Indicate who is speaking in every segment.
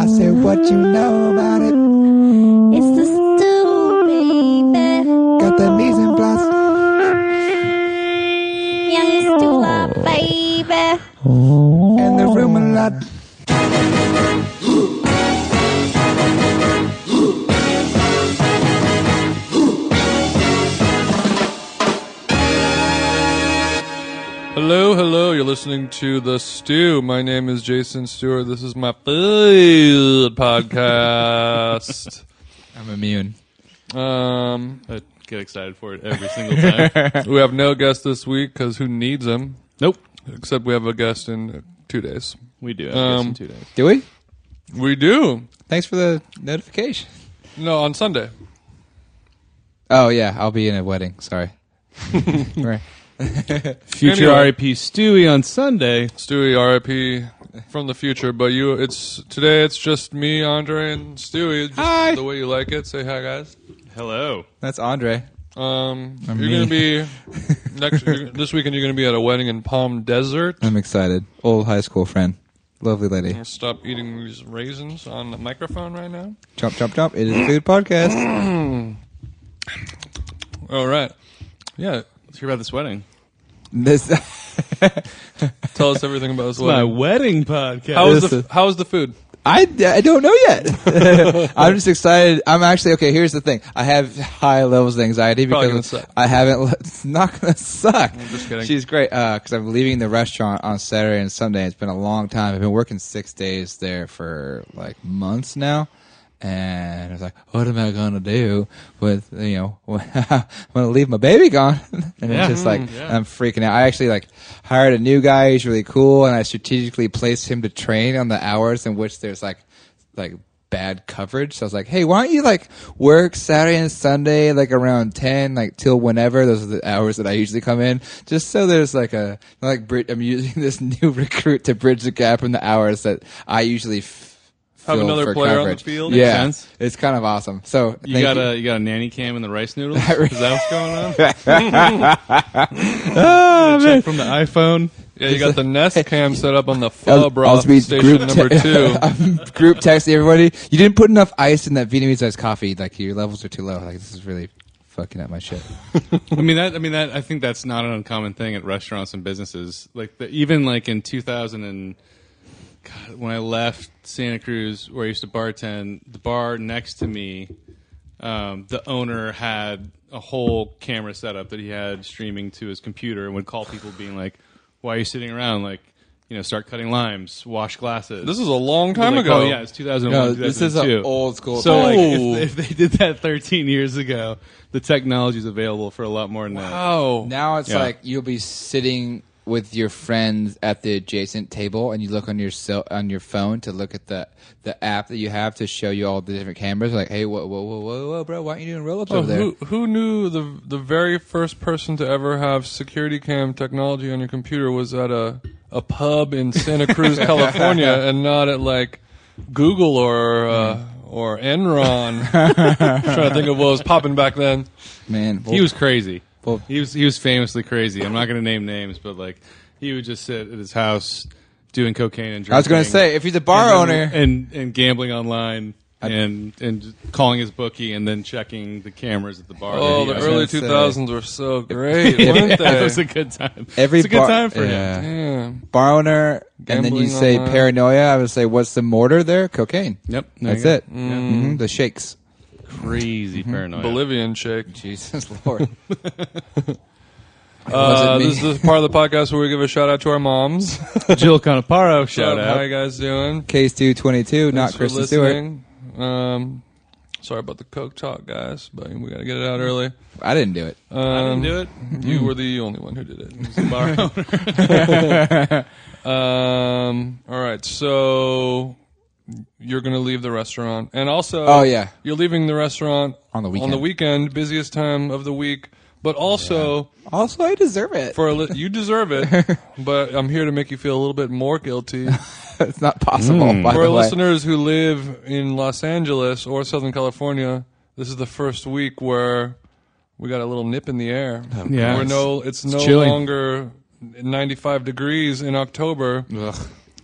Speaker 1: I said, what you know about it?
Speaker 2: It's the stew, baby.
Speaker 1: Got the mise en place.
Speaker 2: Yeah, it's the love, baby.
Speaker 1: And the room a lot.
Speaker 3: Hello, hello. You're listening to The Stew. My name is Jason Stewart. This is my food podcast.
Speaker 4: I'm immune.
Speaker 3: um,
Speaker 5: I get excited for it every single time.
Speaker 3: we have no guest this week because who needs them?
Speaker 5: nope.
Speaker 3: Except we have a guest in two days.
Speaker 5: We do. Have
Speaker 3: Um,
Speaker 5: this in two days.
Speaker 4: Do we?
Speaker 3: We do.
Speaker 4: Thanks for the notification.
Speaker 3: No, on Sunday.
Speaker 4: Oh yeah, I'll be in a wedding. Sorry. right.
Speaker 5: Future
Speaker 3: Anyway.
Speaker 5: RIP Stewie on Sunday.
Speaker 3: Stewie, RIP from the future. But you, it's today. It's just me, Andre, and Stewie. Just
Speaker 4: Hi.
Speaker 3: The way you like it. Say hi, guys.
Speaker 5: Hello.
Speaker 4: That's Andre.
Speaker 3: Um, you're
Speaker 4: I'm
Speaker 3: gonna
Speaker 4: me.
Speaker 3: be next you're, this weekend. You're gonna be at a wedding in Palm Desert.
Speaker 4: I'm excited. Old high school friend. Lovely lady.
Speaker 3: Stop eating these raisins on the microphone right now.
Speaker 4: Chomp chomp chomp. It is a food podcast.
Speaker 3: All Oh, right. Yeah.
Speaker 5: Let's hear about this wedding.
Speaker 4: This
Speaker 3: Tell us everything about this
Speaker 5: My
Speaker 3: wedding.
Speaker 5: wedding podcast.
Speaker 3: How was
Speaker 4: This
Speaker 3: the
Speaker 4: is-
Speaker 3: How was the food?
Speaker 4: I, I don't know yet. I'm just excited. I'm actually okay. Here's the thing. I have high levels of anxiety
Speaker 3: Probably
Speaker 4: because
Speaker 3: gonna suck.
Speaker 4: I haven't. le- It's not gonna suck. I'm
Speaker 3: just kidding.
Speaker 4: She's great because I'm leaving the restaurant on Saturday and Sunday. It's been a long time. I've been working six days there for like months now. And I was like, "What am I gonna do with you know? I'm gonna leave my baby gone." and
Speaker 5: Yeah. Mm,
Speaker 4: it's just like
Speaker 5: Yeah.
Speaker 4: I'm freaking out. I actually like hired a new guy. He's really cool, and I strategically placed him to train on the hours in which there's like like bad coverage. So I was like, hey, why don't you like work Saturday and Sunday like around ten, like till whenever? Those are the hours that I usually come in, just so there's like a like bri- I'm using this new recruit to bridge the gap in the hours that I usually. F-
Speaker 3: Have
Speaker 4: fill
Speaker 3: another
Speaker 4: for
Speaker 3: player on the
Speaker 4: coverage.
Speaker 3: field?
Speaker 4: Yeah,
Speaker 5: Makes sense.
Speaker 4: it's kind of awesome. So
Speaker 5: you
Speaker 4: thank
Speaker 5: got a you got a nanny cam and the rice noodles? Is that
Speaker 4: re-
Speaker 5: what's going on? Check from the iPhone.
Speaker 3: Yeah, you got the Nest cam set up on the
Speaker 4: I'll-
Speaker 3: pho broth
Speaker 4: I'll be
Speaker 3: station
Speaker 4: group
Speaker 3: number
Speaker 4: te-
Speaker 3: two.
Speaker 4: I'm group texting everybody. You didn't put enough ice in that Vietnamese iced coffee. Like your levels are too low. Like this is really fucking up my shit.
Speaker 5: I mean that. I mean that. I think that's not an uncommon thing at restaurants and businesses. Like the, even like in 2000 and God, when I left Santa Cruz, where I used to bartend, the bar next to me, um, the owner had a whole camera setup that he had streaming to his computer and would call people, being like, "Why are you sitting around? Like, you know, start cutting limes, wash glasses."
Speaker 3: This is a long
Speaker 5: They're
Speaker 3: time
Speaker 5: like,
Speaker 3: ago.
Speaker 5: Oh yeah, it's 2001.
Speaker 4: No, this is a
Speaker 5: 2002.
Speaker 4: old school
Speaker 5: So like,
Speaker 3: Oh.
Speaker 5: if, if they did that 13 years ago, the technology is available for a lot more now.
Speaker 3: Wow.
Speaker 4: Now it's
Speaker 5: Yeah.
Speaker 4: like you'll be sitting with your friends at the adjacent table, and you look on your cell, on your phone to look at the the app that you have to show you all the different cameras. Like, hey, whoa, whoa, whoa, whoa, whoa, bro, why aren't you doing roll ups
Speaker 3: Oh,
Speaker 4: over there?
Speaker 3: who, who knew the the very first person to ever have security cam technology on your computer was at a a pub in Santa Cruz, California, and not at like Google or uh,
Speaker 5: Hmm.
Speaker 3: or Enron. trying to think of what was popping back then.
Speaker 4: Man,
Speaker 5: He was crazy.
Speaker 4: Well-
Speaker 5: he was he was famously crazy. I'm not going to name names, but like he would just sit at his house doing cocaine and drinking.
Speaker 4: I was gonna say if he's a bar
Speaker 5: and
Speaker 4: owner,
Speaker 5: and and gambling online. and and calling his bookie and then checking the cameras at the bar.
Speaker 3: Oh, the
Speaker 5: that he
Speaker 3: early
Speaker 5: was at.
Speaker 4: gonna say.
Speaker 3: 2000s were so great, weren't
Speaker 5: That was
Speaker 3: they?
Speaker 5: a good time.
Speaker 4: every
Speaker 5: it's a good
Speaker 4: bar-
Speaker 5: time for him.
Speaker 4: yeah.
Speaker 3: Damn.
Speaker 4: bar owner, and then
Speaker 3: Gambling
Speaker 4: you say
Speaker 3: online.
Speaker 4: paranoia. I would say, what's the mortar there? Cocaine.
Speaker 5: Yep, there
Speaker 4: that's
Speaker 5: you go.
Speaker 4: it.
Speaker 3: Mm.
Speaker 4: Mm-hmm. hmm The shakes.
Speaker 5: Crazy paranoia.
Speaker 3: Bolivian shake.
Speaker 4: Jesus Lord.
Speaker 3: Uh,
Speaker 4: me.
Speaker 3: this, this is part of the podcast where we give a shout out to our moms.
Speaker 5: Jill Conaparo, shout
Speaker 3: How you
Speaker 5: out.
Speaker 3: guys doing?
Speaker 4: Case two twenty two. Not
Speaker 3: Thanks for
Speaker 4: Kristen Stewart.
Speaker 3: listening. Um, sorry about the coke talk, guys, but we got to get it out early.
Speaker 4: I didn't do it.
Speaker 3: Um,
Speaker 5: Do it.
Speaker 3: You were the only one who did it. It was the bar. um, all right, so you're going to leave the restaurant, and also,
Speaker 4: Oh, yeah.
Speaker 3: you're leaving the restaurant
Speaker 4: On the
Speaker 3: on the
Speaker 4: weekend.
Speaker 3: weekend, busiest time of the week. But also
Speaker 4: Also, I deserve it.
Speaker 3: for a li- you deserve it, but I'm here to make you feel a little bit more guilty.
Speaker 4: it's not possible. by
Speaker 3: Mm. For
Speaker 4: the way.
Speaker 3: listeners who live in Los Angeles or Southern California, this is the first week where we got a little nip in the air.
Speaker 5: Yeah,
Speaker 3: We're
Speaker 5: it's-
Speaker 3: no, it's, no
Speaker 5: chilly.
Speaker 3: longer 95 degrees in October.
Speaker 4: Ugh.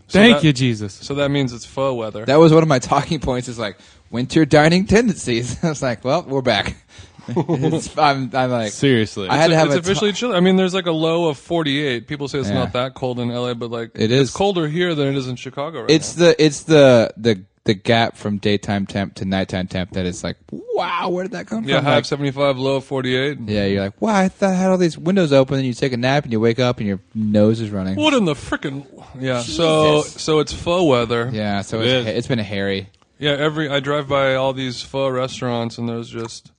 Speaker 5: Thank
Speaker 3: that-
Speaker 5: you, Jesus.
Speaker 3: So that means it's faux weather.
Speaker 4: That was one of my talking points. Is like winter dining tendencies. I was like, well, we're back. It's- I'm, I'm like,
Speaker 5: Seriously.
Speaker 4: I had to have
Speaker 3: it's
Speaker 4: a
Speaker 3: officially chilly. I mean, there's like a low of 48. People say it's
Speaker 4: Yeah.
Speaker 3: not that cold in LA, but like
Speaker 4: It
Speaker 3: it's
Speaker 4: is.
Speaker 3: colder here than it is in Chicago right
Speaker 4: It's the it's the the the gap from daytime temp to nighttime temp that is like, wow, where did that come
Speaker 3: now. Yeah,
Speaker 4: from?
Speaker 3: high
Speaker 4: Like,
Speaker 3: of 75, low of 48.
Speaker 4: yeah, you're like, wow, I thought I had all these windows open, and you take a nap, and you wake up, and your nose is running.
Speaker 3: What in the frickin' yeah? So so it's faux weather. Yeah.
Speaker 4: Yeah, so
Speaker 5: It
Speaker 4: it's,
Speaker 5: is.
Speaker 4: it's been hairy.
Speaker 3: Every I drive by all these faux restaurants and there's just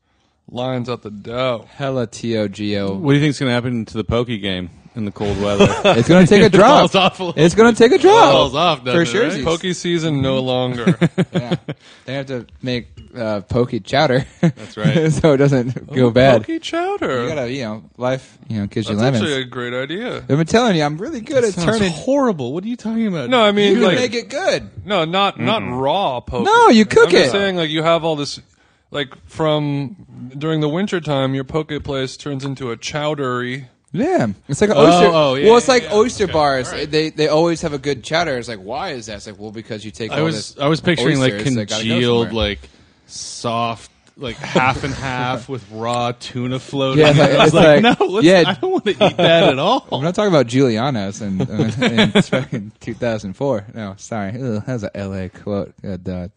Speaker 3: lines out the dough.
Speaker 4: Hella togo.
Speaker 5: What do you think's going to happen to the pokey game in the cold weather?
Speaker 4: It's gonna take a drop.
Speaker 5: Falls off a little-
Speaker 4: It's gonna take a drop.
Speaker 5: Falls off, doesn't
Speaker 4: for
Speaker 5: it,
Speaker 4: sure.
Speaker 5: right?
Speaker 3: Pokey season no longer.
Speaker 4: Yeah. They have to make uh, pokey chowder. That's
Speaker 5: right. Oh,
Speaker 4: so it doesn't go bad.
Speaker 3: Pokey chowder.
Speaker 4: You gotta, you know, life, you know, gives you
Speaker 3: That's
Speaker 4: lemons.
Speaker 3: actually a great idea.
Speaker 4: I've been telling you, I'm really good at turning.
Speaker 5: horrible. What are you talking about?
Speaker 3: No, I mean
Speaker 4: You
Speaker 3: like
Speaker 4: make it good.
Speaker 3: No, not not raw poke.
Speaker 4: No, you cook
Speaker 3: I'm just
Speaker 4: it.
Speaker 3: saying like you have all this like from during the winter time your poke place turns into a chowdery.
Speaker 4: Yeah, it's like an oyster.
Speaker 5: oh, yeah,
Speaker 4: well, it's
Speaker 5: yeah,
Speaker 4: like
Speaker 5: yeah.
Speaker 4: oyster bars. They they always have a good chowder. It's like, why is that? It's like, well, because you take.
Speaker 5: I
Speaker 4: all
Speaker 5: was
Speaker 4: this
Speaker 5: I was picturing like
Speaker 4: oysters that gotta go
Speaker 5: congealed,
Speaker 4: somewhere.
Speaker 5: like soft, like half and half with raw tuna floating.
Speaker 4: Yeah, it's like-
Speaker 5: I was
Speaker 4: it's
Speaker 5: like,
Speaker 4: like-
Speaker 5: no, let's,
Speaker 4: yeah.
Speaker 5: I don't want to eat that at all.
Speaker 4: I'm not talking about Giuliano's in, uh, in fucking 2004. No, sorry, Ugh, that was a LA quote. Good, uh,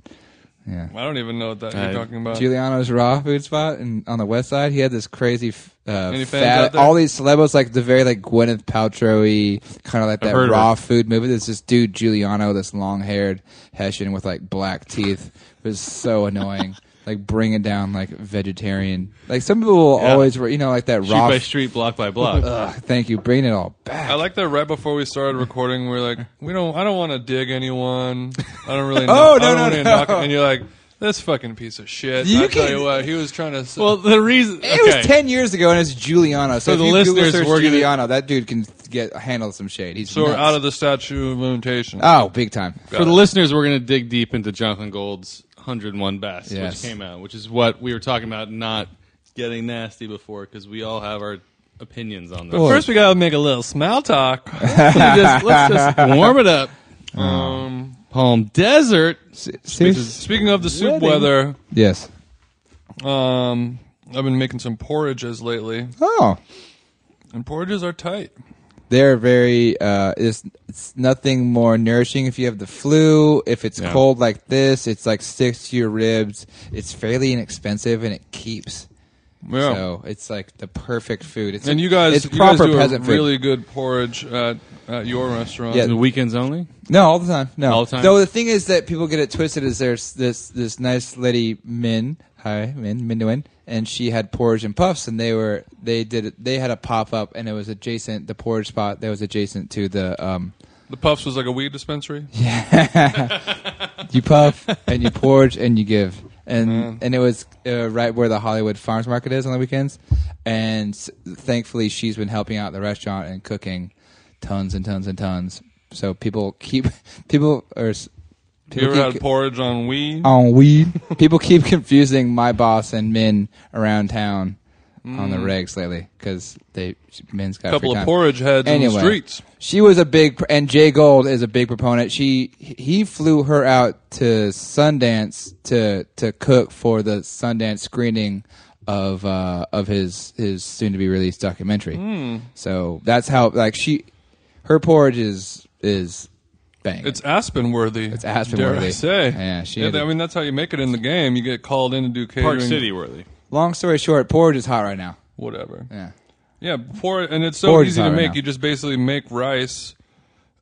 Speaker 4: yeah.
Speaker 3: I don't even know what that
Speaker 5: Uh,
Speaker 3: you're talking about.
Speaker 4: Giuliano's raw food spot and on the west side, he had this crazy f- uh,
Speaker 3: Any fans out
Speaker 4: fat.
Speaker 3: there?
Speaker 4: All these celebs, like the very like Gwyneth Paltrow-y, kind of like that
Speaker 5: heard of
Speaker 4: raw
Speaker 5: her.
Speaker 4: food movie. There's this dude Giuliano, this long-haired Hessian with like black teeth, it was so annoying. Like bringing down like vegetarian. Like some people will
Speaker 5: Yeah.
Speaker 4: always, you know, like that
Speaker 5: Street
Speaker 4: raw.
Speaker 5: by
Speaker 4: f-
Speaker 5: street, block by block.
Speaker 4: Ugh, thank you, bringing it all back.
Speaker 3: I like that right before we started recording, we are like, we don't, I don't want to dig anyone. I don't really. know.
Speaker 4: Oh,
Speaker 3: I
Speaker 4: no,
Speaker 3: don't
Speaker 4: no,
Speaker 3: wanna
Speaker 4: no.
Speaker 3: knock- And you're like, this fucking piece of shit.
Speaker 4: You
Speaker 3: I tell
Speaker 4: can-
Speaker 3: you what, he was trying to. s-
Speaker 5: well, the reason
Speaker 4: It was ten years ago, and it's Giuliano. So,
Speaker 5: the
Speaker 4: if you Google
Speaker 5: listeners,
Speaker 4: search
Speaker 5: we're gonna-
Speaker 4: Giuliano, that dude can get handle some shade. He's
Speaker 3: so we're
Speaker 4: nuts.
Speaker 3: out of the statute of limitation.
Speaker 4: oh, big time.
Speaker 5: for the listeners, we're going to dig deep into Jonathan Gold's 101 Best,
Speaker 4: Yes.
Speaker 5: which came out, which is what we were talking about not getting nasty before because we all have our opinions on this.
Speaker 4: Well,
Speaker 3: First, we gotta make a little small talk.
Speaker 5: let's, just, let's just warm it up.
Speaker 4: Mm.
Speaker 3: Um,
Speaker 5: Palm Desert.
Speaker 4: Serious-
Speaker 3: speaking of the soup
Speaker 4: Wedding.
Speaker 3: weather,
Speaker 4: Yes.
Speaker 3: um, I've been making some porridges lately,
Speaker 4: Oh,
Speaker 3: and porridges are tight.
Speaker 4: they're very. Uh, it's, it's nothing more nourishing if you have the flu. If it's
Speaker 5: Yeah.
Speaker 4: cold like this, it's like sticks to your ribs. It's fairly inexpensive and it keeps.
Speaker 3: Yeah.
Speaker 4: So it's like the perfect food. It's
Speaker 3: and you guys,
Speaker 4: it's
Speaker 3: you
Speaker 4: proper
Speaker 3: guys do
Speaker 4: peasant
Speaker 3: a really good porridge at, at your restaurant.
Speaker 4: Yeah.
Speaker 5: The weekends only.
Speaker 4: food. No, all the time. No,
Speaker 5: All the time?
Speaker 4: Though the thing is that people get it twisted. Is there's this this nice lady Min. Hi, Min Minuin, and she had porridge and puffs, and they were they did it, they had a pop up, and it was adjacent the porridge spot that was adjacent to the um
Speaker 3: The Puffs was like a weed dispensary.
Speaker 4: you puff and you porge and you give and and it was uh, right where the Hollywood Farmers Market is on the weekends, and s- thankfully she's been helping out the restaurant and cooking tons and tons and tons. So people keep people are s-
Speaker 3: You
Speaker 4: people
Speaker 3: ever had
Speaker 4: keep,
Speaker 3: porridge on weed?
Speaker 4: on weed. Um, people keep confusing my boss and Min around town on the regs lately because they Min's got
Speaker 3: a Mm.
Speaker 4: free
Speaker 3: couple of
Speaker 4: time.
Speaker 3: porridge heads in the
Speaker 4: Anyway,
Speaker 3: streets.
Speaker 4: She was a big, and Jay Gold is a big proponent. She he flew her out to Sundance to to cook for the Sundance screening of uh, of his his soon to be released documentary.
Speaker 3: Hmm.
Speaker 4: So that's how like she her porridge is is bang.
Speaker 3: It's Aspen worthy.
Speaker 4: It's Aspen
Speaker 3: dare I
Speaker 4: worthy.
Speaker 3: say.
Speaker 4: Yeah, she
Speaker 3: yeah,
Speaker 4: had
Speaker 3: I
Speaker 4: it.
Speaker 3: mean, that's how you make it in the game. You get called in to do catering.
Speaker 5: Park City worthy.
Speaker 4: Long story short, porridge is hot right now.
Speaker 3: Whatever. Yeah,
Speaker 4: Yeah.
Speaker 3: por- and it's so
Speaker 4: Porridge is
Speaker 3: easy
Speaker 4: hot
Speaker 3: to
Speaker 4: right
Speaker 3: make.
Speaker 4: now.
Speaker 3: You just basically make rice,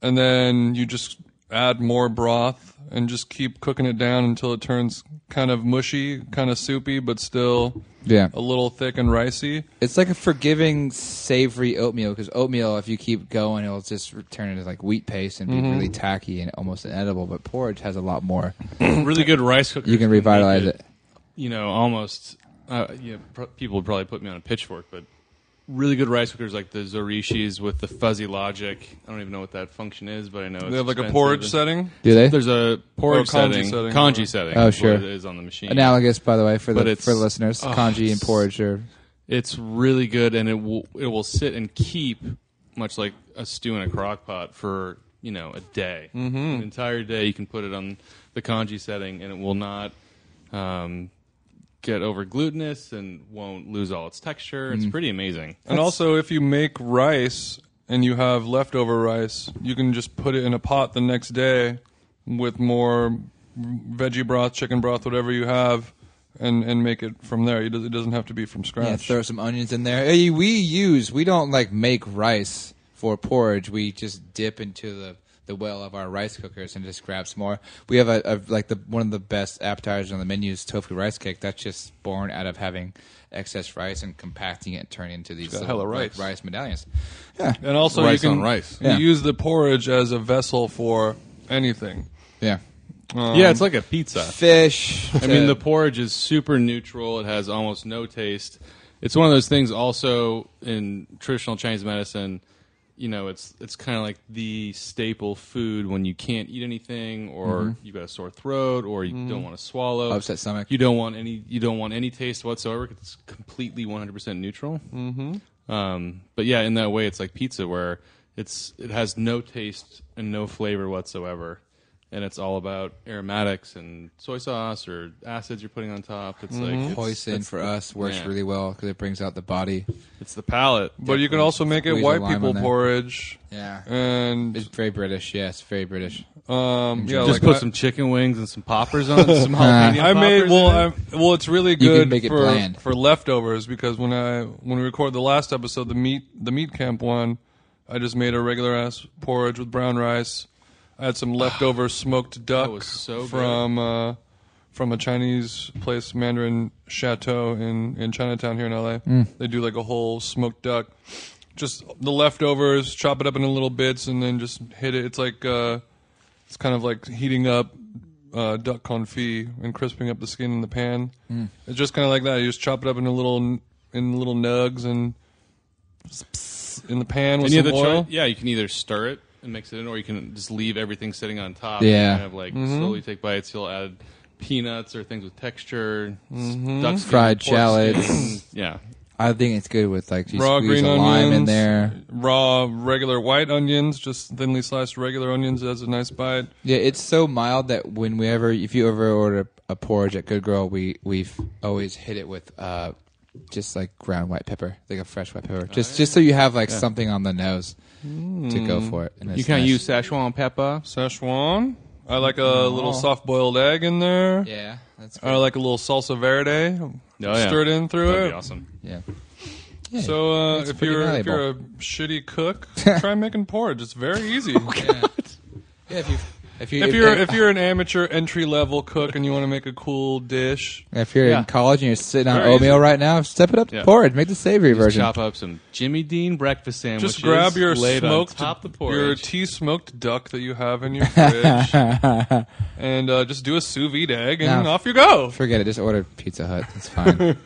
Speaker 3: and then you just add more broth and just keep cooking it down until it turns kind of mushy, kind of soupy, but still
Speaker 4: Yeah.
Speaker 3: a little thick and ricey.
Speaker 4: It's like a forgiving, savory oatmeal because oatmeal, if you keep going, it'll just turn into like wheat paste and be really tacky and almost inedible. But porridge has a lot more.
Speaker 5: really good rice cooker.
Speaker 4: You can revitalize it.
Speaker 5: You know, almost. Uh, you know, pr- people would probably put me on a pitchfork, but really good rice cookers like the Zorishis with the fuzzy logic. I don't even know what that function is, but I know it's
Speaker 3: They have like a
Speaker 5: expensive.
Speaker 3: porridge setting.
Speaker 4: Do they?
Speaker 5: There's a porridge
Speaker 3: Or a congee
Speaker 5: setting,
Speaker 3: setting,
Speaker 5: congee
Speaker 3: or-
Speaker 5: setting.
Speaker 4: Eh? Oh,
Speaker 5: is
Speaker 4: sure.
Speaker 5: what it is on the machine.
Speaker 4: Analogous, by the way, for
Speaker 5: But
Speaker 4: the
Speaker 5: it's-
Speaker 4: for the listeners,
Speaker 5: oh,
Speaker 4: congee and
Speaker 5: it's-
Speaker 4: porridge are
Speaker 5: It's really good, and it will it will sit and keep much like a stew in a crock pot for you know a day, mm-hmm. an entire day. You can put it on the congee setting, and it will not um, get over glutinous and won't lose all its texture.
Speaker 3: Mm.
Speaker 5: It's pretty amazing.
Speaker 3: And also, if you make rice and you have leftover rice, you can just put it in a pot the next day with more veggie broth, chicken broth, whatever you have, and, and make it from there. It does- it doesn't have to be from
Speaker 4: Yeah,
Speaker 3: scratch.
Speaker 4: throw some onions in there. Hey, We use we don't like make rice for porridge. We just dip into the the well of our rice cookers and just grab some more. We have a, a like the one of the best appetizers on the menu is tofu rice cake. That's just born out of having excess rice and compacting it and turning it into these
Speaker 3: got
Speaker 4: little,
Speaker 3: hella
Speaker 4: like,
Speaker 3: rice.
Speaker 4: rice medallions.
Speaker 3: and also,
Speaker 5: Rice
Speaker 3: you can
Speaker 5: on rice.
Speaker 3: you
Speaker 4: Yeah.
Speaker 3: use the porridge as a vessel for anything.
Speaker 4: Yeah,
Speaker 3: Um,
Speaker 5: yeah, it's like a pizza.
Speaker 4: fish.
Speaker 5: I mean, the porridge is super neutral. It has almost no taste. It's one of those things. Also, in traditional Chinese medicine, you know, it's it's kind of like the staple food when you can't eat anything, or you've got a sore throat, or you don't want to swallow,
Speaker 4: Mm-hmm. Upset stomach.
Speaker 5: You don't want any. You don't want any taste whatsoever. 'cause It's completely 100 percent neutral. Mm-hmm. Um, but yeah, in that way, it's like pizza, where it's it has no taste and no flavor whatsoever and it's all about aromatics and soy sauce or acids you're putting on top. It's like it's,
Speaker 4: hoisin for us works
Speaker 5: yeah.
Speaker 4: really well because it brings out the body.
Speaker 5: it's the palate.
Speaker 3: But you can also make it
Speaker 4: Squeeze a
Speaker 3: white
Speaker 4: lime
Speaker 3: people
Speaker 4: on there.
Speaker 3: porridge.
Speaker 4: Yeah.
Speaker 3: And
Speaker 4: It's very British. Yes, very British.
Speaker 3: um, yeah,
Speaker 5: just
Speaker 3: like
Speaker 5: put
Speaker 3: I-
Speaker 5: some chicken wings and some poppers on it, some jalapeno
Speaker 3: I made
Speaker 5: poppers
Speaker 3: well.
Speaker 5: in it.
Speaker 3: I, well, it's really good
Speaker 4: make it
Speaker 3: for
Speaker 4: bland.
Speaker 3: for leftovers because when I when we recorded the last episode, the meat the meat camp one, I just made a regular ass porridge with brown rice. I had some leftover smoked duck
Speaker 5: was so good.
Speaker 3: from uh, from a Chinese place, Mandarin Chateau in in Chinatown here in LA. They do like a whole smoked duck. Just the leftovers, chop it up into little bits, and then just hit it. It's like uh, it's kind of like heating up uh, duck confit and crisping up the skin in the pan.
Speaker 5: Mm.
Speaker 3: It's just kind of like that. You just chop it up into little in little nugs and in the pan with
Speaker 5: Any
Speaker 3: some
Speaker 5: other
Speaker 3: oil.
Speaker 5: choi- yeah, you can either stir it and mix it in, or you can just leave everything sitting on top.
Speaker 4: Yeah.
Speaker 5: and kind of like
Speaker 3: Mm-hmm.
Speaker 5: slowly take bites. You'll add peanuts or things with texture,
Speaker 3: Mm-hmm.
Speaker 5: mm duck skin,
Speaker 4: Fried
Speaker 5: pork
Speaker 4: shallots.
Speaker 5: skin. yeah,
Speaker 4: I think it's good with like you
Speaker 3: Raw
Speaker 4: squeeze
Speaker 3: green
Speaker 4: a
Speaker 3: onions,
Speaker 4: lime in there.
Speaker 3: raw regular white onions, just thinly sliced regular onions as a nice bite.
Speaker 4: Yeah, it's so mild that when we ever, if you ever order a porridge at Good Girl, we we've always hit it with uh, just like ground white pepper, like a fresh white pepper, just just so you have like something on the nose to go for it. And
Speaker 5: Mm. you
Speaker 4: it's
Speaker 5: can
Speaker 4: nice.
Speaker 5: use Szechuan pepper.
Speaker 3: Szechuan. I like a
Speaker 5: Oh.
Speaker 3: little soft boiled egg in there.
Speaker 4: yeah, that's
Speaker 3: I like a little salsa verde.
Speaker 5: Oh, yeah.
Speaker 3: Stir it in through
Speaker 5: That'd
Speaker 3: it.
Speaker 5: be awesome.
Speaker 4: yeah.
Speaker 3: So uh,
Speaker 4: It's
Speaker 3: if
Speaker 4: pretty
Speaker 3: you're if
Speaker 4: valuable.
Speaker 3: you're a shitty cook, try making porridge. It's very easy.
Speaker 4: yeah, if you if you
Speaker 3: If you're if you're an amateur entry level cook and you want to make a cool dish,
Speaker 4: if you're
Speaker 5: Yeah.
Speaker 4: in college and you're sitting on
Speaker 5: Very
Speaker 4: oatmeal
Speaker 5: easy.
Speaker 4: right now, step it up to
Speaker 5: Yeah.
Speaker 4: porridge, make the savory version.
Speaker 5: Chop up some Jimmy Dean breakfast sandwiches.
Speaker 3: just grab your
Speaker 5: laid on
Speaker 3: smoked
Speaker 5: top the porridge.
Speaker 3: your tea smoked duck that you have in your fridge, and uh, just do a sous vide egg, and
Speaker 4: No.
Speaker 3: off you go.
Speaker 4: Forget it. Just order Pizza Hut. It's fine.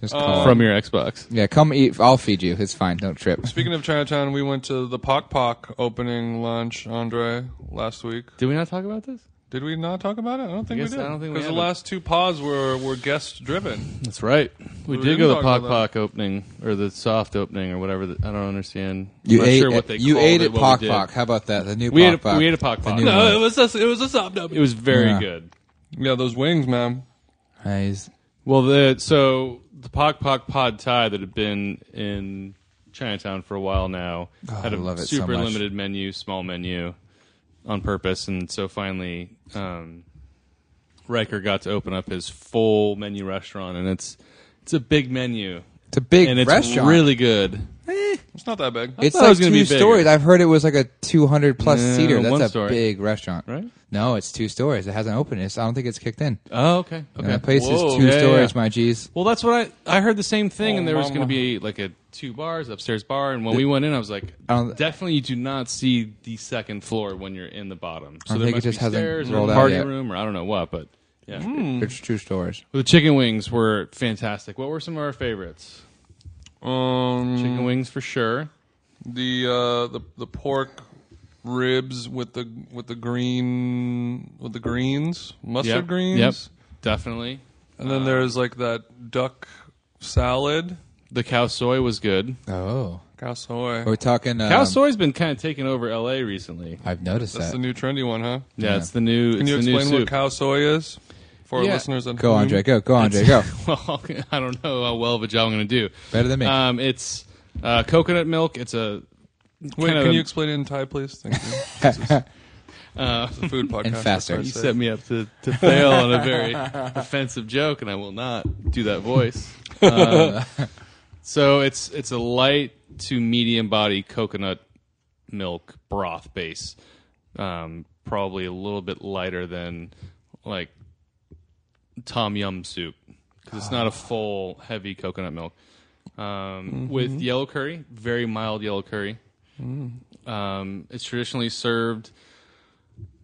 Speaker 4: just call it.
Speaker 5: Uh, from your Xbox.
Speaker 4: yeah, come eat. I'll feed you. It's fine. Don't trip.
Speaker 3: Speaking of Chinatown, we went to the Pock Pock opening lunch, Andre, last week.
Speaker 5: Did we not talk about this?
Speaker 3: Did we not talk about it? I don't think
Speaker 5: Guess-
Speaker 3: we did.
Speaker 5: I don't think we
Speaker 3: because the
Speaker 5: haven't.
Speaker 3: last two pods were were guest driven.
Speaker 5: That's right.
Speaker 3: We
Speaker 5: We, did
Speaker 3: didn't
Speaker 5: go the
Speaker 3: talk
Speaker 5: Pock
Speaker 3: about that.
Speaker 5: Pock opening or the soft opening or whatever. The, I don't understand.
Speaker 4: You
Speaker 5: I'm not
Speaker 4: ate
Speaker 5: sure what
Speaker 4: at-
Speaker 5: they
Speaker 4: you
Speaker 5: called
Speaker 4: ate
Speaker 5: it,
Speaker 4: at
Speaker 5: what
Speaker 4: Pock
Speaker 5: we did.
Speaker 4: Pock. How about that? The new
Speaker 5: We ate
Speaker 4: Pock
Speaker 5: a-
Speaker 4: Pock.
Speaker 5: we ate a Pock
Speaker 4: The
Speaker 5: Pock.
Speaker 4: new
Speaker 5: No,
Speaker 4: one.
Speaker 3: it was a, it was a soft
Speaker 5: It was very
Speaker 4: Yeah.
Speaker 5: good.
Speaker 3: Yeah, those wings, man.
Speaker 4: Nice.
Speaker 5: Well, the so the Pock Pock Pod Thai that had been in Chinatown for a while now had
Speaker 4: Ah, I
Speaker 5: a
Speaker 4: love it so
Speaker 5: super
Speaker 4: much.
Speaker 5: limited menu, small menu, on purpose, and so finally, um, Riker got to open up his full menu restaurant, and it's it's a big menu,
Speaker 4: It's a big
Speaker 5: and it's
Speaker 4: restaurant.
Speaker 5: really good.
Speaker 3: It's not that big.
Speaker 4: it's
Speaker 5: I thought it
Speaker 4: like
Speaker 5: was
Speaker 4: two
Speaker 5: gonna be bigger.
Speaker 4: stories. I've heard it was like a 200 plus
Speaker 5: No,
Speaker 4: seater. That's
Speaker 5: one
Speaker 4: a
Speaker 5: story.
Speaker 4: big restaurant,
Speaker 5: Right?
Speaker 4: No, it's two stories. It hasn't opened. It's, I don't think it's kicked in.
Speaker 5: Oh, okay,
Speaker 4: And
Speaker 5: okay.
Speaker 4: That place is
Speaker 5: Whoa.
Speaker 4: two
Speaker 5: Yeah, yeah,
Speaker 4: stories,
Speaker 5: yeah.
Speaker 4: my G's.
Speaker 5: Well, that's what I I heard the same thing,
Speaker 3: Oh,
Speaker 5: and there was going to
Speaker 3: mama.
Speaker 5: be like a two bars upstairs bar, and when we went in, I was like,
Speaker 4: I don't-
Speaker 5: definitely you do not see the second floor when you're in the bottom. So
Speaker 4: don't
Speaker 5: there
Speaker 4: think it just
Speaker 5: must be
Speaker 4: hasn't
Speaker 5: stairs or
Speaker 4: rolled
Speaker 5: a
Speaker 4: out
Speaker 5: party
Speaker 4: yet. Hmm.
Speaker 5: room or I don't know what, but yeah,
Speaker 4: It's two stories.
Speaker 5: Well, the chicken wings were fantastic. What were some of our favorites?
Speaker 3: Um,
Speaker 5: Chicken
Speaker 4: Hmm.
Speaker 5: wings for sure.
Speaker 3: the uh, the the pork ribs with the with the green with the greens mustard
Speaker 5: Yep.
Speaker 3: greens
Speaker 5: Yep, definitely.
Speaker 3: and then there's like that duck salad
Speaker 5: The cow soy was good.
Speaker 4: Oh.
Speaker 3: Cow soy.
Speaker 4: Are we talking? Um,
Speaker 5: Cow soy's been kind of taking over L.A. recently.
Speaker 4: I've noticed
Speaker 3: That's
Speaker 4: that.
Speaker 3: the new trendy one, huh?
Speaker 5: Yeah, it's the new.
Speaker 3: Can
Speaker 5: it's
Speaker 3: you
Speaker 5: the new
Speaker 3: explain what
Speaker 5: soup.
Speaker 3: cow soy is for our
Speaker 5: Yeah.
Speaker 3: listeners? At
Speaker 4: go,
Speaker 3: home?
Speaker 4: Andre. Go, go, Andre. Go.
Speaker 5: well, I don't know how well of a job I'm going to do.
Speaker 4: Better than me.
Speaker 5: Um, it's uh, coconut milk. It's a
Speaker 3: Wait,
Speaker 5: kind of
Speaker 3: can
Speaker 5: a-
Speaker 3: you explain it in Thai, please? Thank you. This is
Speaker 5: uh,
Speaker 3: a food podcast. for
Speaker 4: faster.
Speaker 5: you
Speaker 3: Christ's
Speaker 5: set
Speaker 3: sake.
Speaker 5: me up to, to fail on a very offensive joke, and I will not do that voice. Um, so it's it's a light to medium body coconut milk broth base, um, probably a little bit lighter than like tom yum soup because it's not a full heavy coconut milk. Um, With yellow curry, very mild yellow curry. Um, it's traditionally served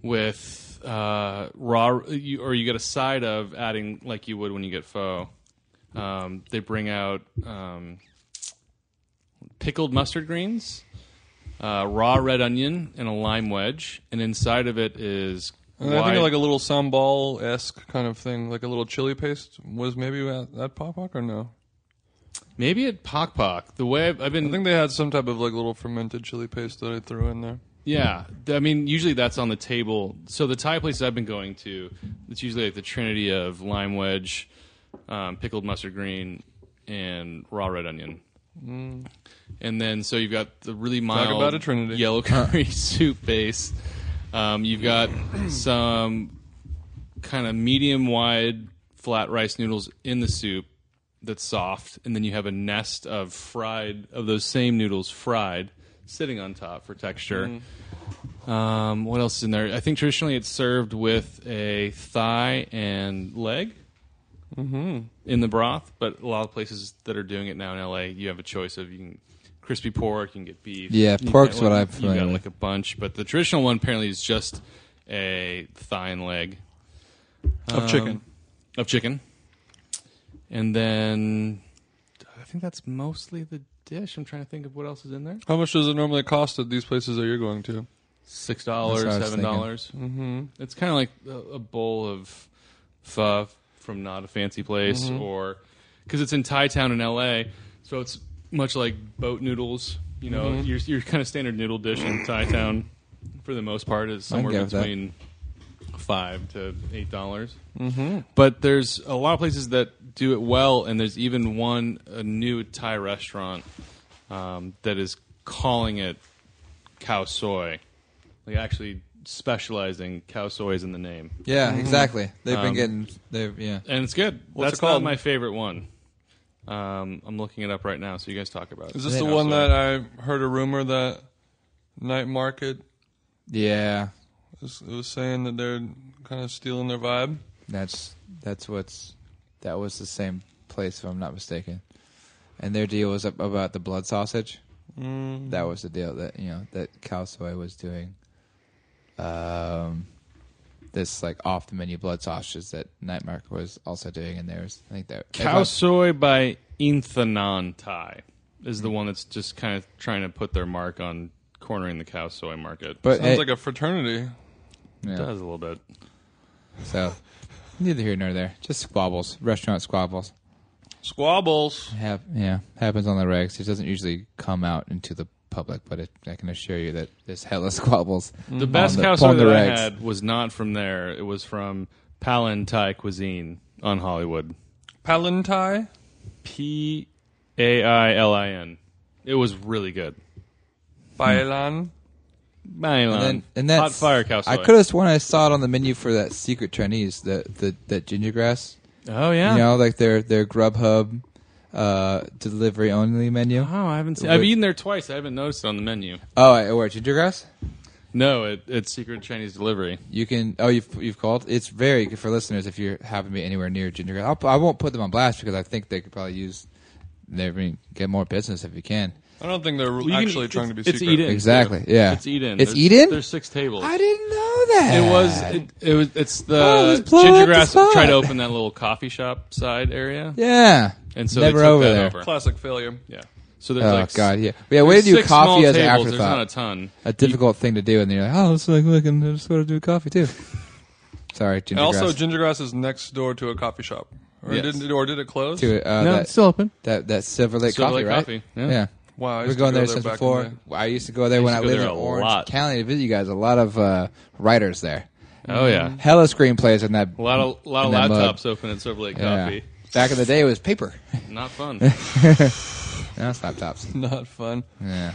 Speaker 5: with uh, raw, you, or you get a side of adding like you would when you get pho. Um, they bring out um, pickled mustard greens, uh, raw red onion, and a lime wedge, and inside of it is.
Speaker 3: And I
Speaker 5: wide-
Speaker 3: think like a little sambal esque kind of thing, like a little chili paste. Was maybe at that pop rock or no?
Speaker 5: maybe at Pock Pock. The way I've, I've been,
Speaker 3: I think they had some type of like little fermented chili paste that I threw in there.
Speaker 5: Yeah, Th- I mean, usually that's on the table. So the Thai places I've been going to, it's usually like the trinity of lime wedge, um, pickled mustard green, and raw red onion. And then so you've got the really mild
Speaker 3: Mm. about a trinity.
Speaker 5: yellow curry soup base. Um, you've got some kind of medium wide flat rice noodles in the soup that's soft, and then you have a nest of fried of those same noodles fried sitting on top for texture. Um, what else is in there? I think traditionally it's served with a thigh and leg in the broth, but a lot of places that are doing it now in LA, you have a choice of you can crispy pork, you can get beef.
Speaker 4: Yeah,
Speaker 5: You
Speaker 4: pork's
Speaker 5: got, like,
Speaker 4: what I'm
Speaker 5: You
Speaker 4: familiar
Speaker 5: got
Speaker 4: with.
Speaker 5: like a bunch, but the traditional one apparently is just a thigh and leg
Speaker 3: Of chicken.
Speaker 5: of chicken, and then I think that's mostly the dish. I'm trying to think of what else is in there.
Speaker 3: How much does it normally cost at these places that you're going to?
Speaker 5: Six dollars,
Speaker 4: That's what I was
Speaker 5: seven dollars. Mm-hmm. It's kind of like a, a bowl of pho from not a fancy place, or because it's in Thai Town in L.A., so it's much like boat noodles. You know, your your kind of standard noodle dish in Thai Town, for the most part, is
Speaker 4: go
Speaker 5: somewhere
Speaker 4: with that.
Speaker 5: between five to eight dollars. But there's a lot of places that do it well, and there's even one a new Thai restaurant um, that is calling it cow soy, like actually specializing cow soys in the name,
Speaker 4: yeah, exactly. They've been
Speaker 5: Um,
Speaker 4: getting. They've yeah.
Speaker 5: and it's good.
Speaker 3: What's
Speaker 5: That's
Speaker 3: it called?
Speaker 5: not my favorite one. Um, I'm looking it up right now, so you guys talk about it.
Speaker 3: Is this
Speaker 5: Cow
Speaker 3: the one
Speaker 5: soy.
Speaker 3: that I heard a rumor that night market
Speaker 4: Yeah,
Speaker 3: was, was saying that they're kind of stealing their vibe?
Speaker 4: that's that's what's that was the same place if I'm not mistaken, and their deal was up about the blood sausage.
Speaker 3: Mm-hmm.
Speaker 4: Mm. That was the deal that you know that Cal Soy was doing. Um, this like off the menu blood sausages that Night Market was also doing, and theirs. I think that
Speaker 5: cow soy by Inthanon Thai is the one that's just kind of trying to put their mark on cornering the cow soy market.
Speaker 4: but
Speaker 3: Sounds
Speaker 4: hey,
Speaker 3: like a fraternity.
Speaker 5: it
Speaker 4: yeah,
Speaker 5: does a little bit.
Speaker 3: Mm-hmm.
Speaker 4: so neither here nor there. Just squabbles, restaurant squabbles.
Speaker 3: Squabbles.
Speaker 4: Hap- yeah, happens on the regs. It doesn't usually come out into the public, but it, I can assure you that there's hella squabbles.
Speaker 5: The best
Speaker 4: the-
Speaker 5: cow
Speaker 4: on
Speaker 5: soy
Speaker 4: the
Speaker 5: that I
Speaker 4: regs.
Speaker 5: had was not from there. It was from Palin Thai Cuisine on Hollywood.
Speaker 3: Palantai.
Speaker 5: P A I L I N. It was really good.
Speaker 3: Bailan.
Speaker 5: Hmm. Mylon.
Speaker 4: And then, and that's,
Speaker 5: Um, hot fire cow soy.
Speaker 4: I could have sworn I saw it on the menu for that secret Chinese, that the that gingergrass.
Speaker 5: Oh yeah.
Speaker 4: You know, like their their Grubhub uh, delivery only menu.
Speaker 5: Oh, I haven't seen.
Speaker 4: Wait.
Speaker 5: I've eaten there twice. I haven't noticed it on the menu.
Speaker 4: Oh, I- where gingergrass?
Speaker 5: No, it, it's secret Chinese delivery.
Speaker 4: You can. Oh, you've you've called. It's very good for listeners if you happen to be anywhere near gingergrass. I'll, pu- I won't put them on blast because I think they could probably use. They mean, get more business if you can.
Speaker 3: I don't think they're
Speaker 5: you can-
Speaker 3: actually trying to be
Speaker 5: it's- it's
Speaker 3: secret.
Speaker 5: eat-in.
Speaker 4: Exactly. Yeah.
Speaker 5: It's Eden.
Speaker 4: It's
Speaker 5: there's,
Speaker 4: Eden?
Speaker 5: There's six tables.
Speaker 4: I didn't know that.
Speaker 5: It was. It, it was. It's the
Speaker 4: Oh, let's blow up the
Speaker 5: gingergrass
Speaker 4: spot.
Speaker 5: tried to open that little coffee shop side area,
Speaker 4: Yeah.
Speaker 5: and so
Speaker 4: never
Speaker 5: they took
Speaker 4: over
Speaker 5: that
Speaker 4: there.
Speaker 5: over.
Speaker 3: Classic failure.
Speaker 5: Yeah. So there's
Speaker 4: Oh
Speaker 5: like s-
Speaker 4: god, yeah, yeah. Way to do
Speaker 5: six small
Speaker 4: coffee as an
Speaker 5: tables. There's not a
Speaker 4: afterthought.
Speaker 5: ton.
Speaker 4: A difficult thing to do, and then you're like, oh, it's like look, and I just want to do coffee too. Sorry,
Speaker 3: And
Speaker 4: ginger
Speaker 3: also,
Speaker 4: grass.
Speaker 3: Gingergrass is next door to a coffee shop. Or,
Speaker 5: Yes.
Speaker 3: didn't, or did it close?
Speaker 4: to, uh, that,
Speaker 5: still open.
Speaker 4: that that silver lake
Speaker 5: Silver
Speaker 4: coffee,
Speaker 5: Lake
Speaker 4: right?
Speaker 5: Coffee, yeah.
Speaker 4: yeah.
Speaker 3: Wow, I
Speaker 4: We're
Speaker 3: used to
Speaker 4: going
Speaker 3: go
Speaker 4: there
Speaker 3: there
Speaker 4: since
Speaker 3: back in
Speaker 4: before.
Speaker 3: the-
Speaker 4: Well, I used to go there when
Speaker 6: used
Speaker 4: I
Speaker 6: to go
Speaker 4: lived in
Speaker 6: there a
Speaker 4: Orange
Speaker 6: lot.
Speaker 4: County to visit you guys. A lot of uh, writers there.
Speaker 5: Oh yeah,
Speaker 4: Hella screenplays in that.
Speaker 5: a lot of lot of
Speaker 4: And that
Speaker 5: laptops open at Silver Lake
Speaker 4: yeah.
Speaker 5: Coffee.
Speaker 4: Back in the day, it was paper.
Speaker 5: Not fun.
Speaker 4: now it's laptops.
Speaker 3: Not fun.
Speaker 4: Yeah.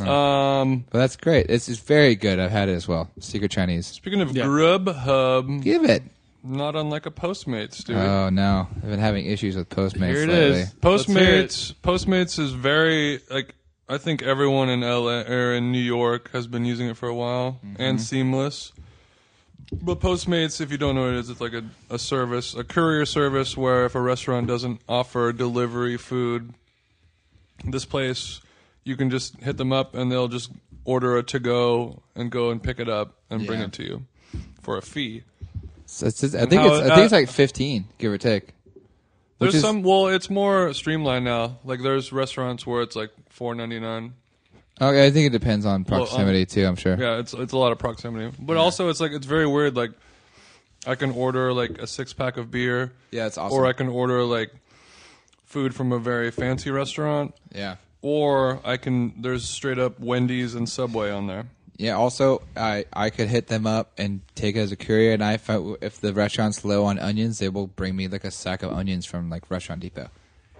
Speaker 3: Um,
Speaker 4: But that's great. It's, it's very good. I've had it as well. Secret Chinese.
Speaker 3: speaking of Grubhub,
Speaker 4: Give it.
Speaker 3: not unlike a Postmates, dude.
Speaker 4: Oh, no. I've been having issues with Postmates
Speaker 5: Here it
Speaker 4: lately.
Speaker 5: is. Let's hear it.
Speaker 3: Postmates. Postmates is very like I think everyone in LA or in New York has been using it for a while,
Speaker 5: Mm-hmm.
Speaker 3: and Seamless. But Postmates, if you don't know what it is, it's like a, a service, a courier service where if a restaurant doesn't offer delivery food, this place you can just hit them up and they'll just order a to go and go and pick it up and bring
Speaker 4: Yeah.
Speaker 3: it to you for a fee.
Speaker 4: So it's just- I think
Speaker 3: how-
Speaker 4: it's I think it's
Speaker 3: uh,
Speaker 4: like 15, give or take.
Speaker 3: There's
Speaker 4: is-
Speaker 3: some well, it's more streamlined now. Like there's restaurants where it's like four ninety nine.
Speaker 4: Okay, I think it depends on
Speaker 3: Well, um,
Speaker 4: proximity too. I'm sure.
Speaker 3: Yeah, it's it's a lot of proximity, but also it's like it's very weird. Like, I can order like a six pack of beer,
Speaker 4: Yeah, it's awesome.
Speaker 3: or I can order like food from a very fancy restaurant,
Speaker 4: yeah.
Speaker 3: or I can there's straight up Wendy's and Subway on there.
Speaker 4: Yeah. Also, I I could hit them up and take it as a courier, and I if, I, if the restaurant's low on onions, they will bring me like a sack of onions from like Restaurant Depot.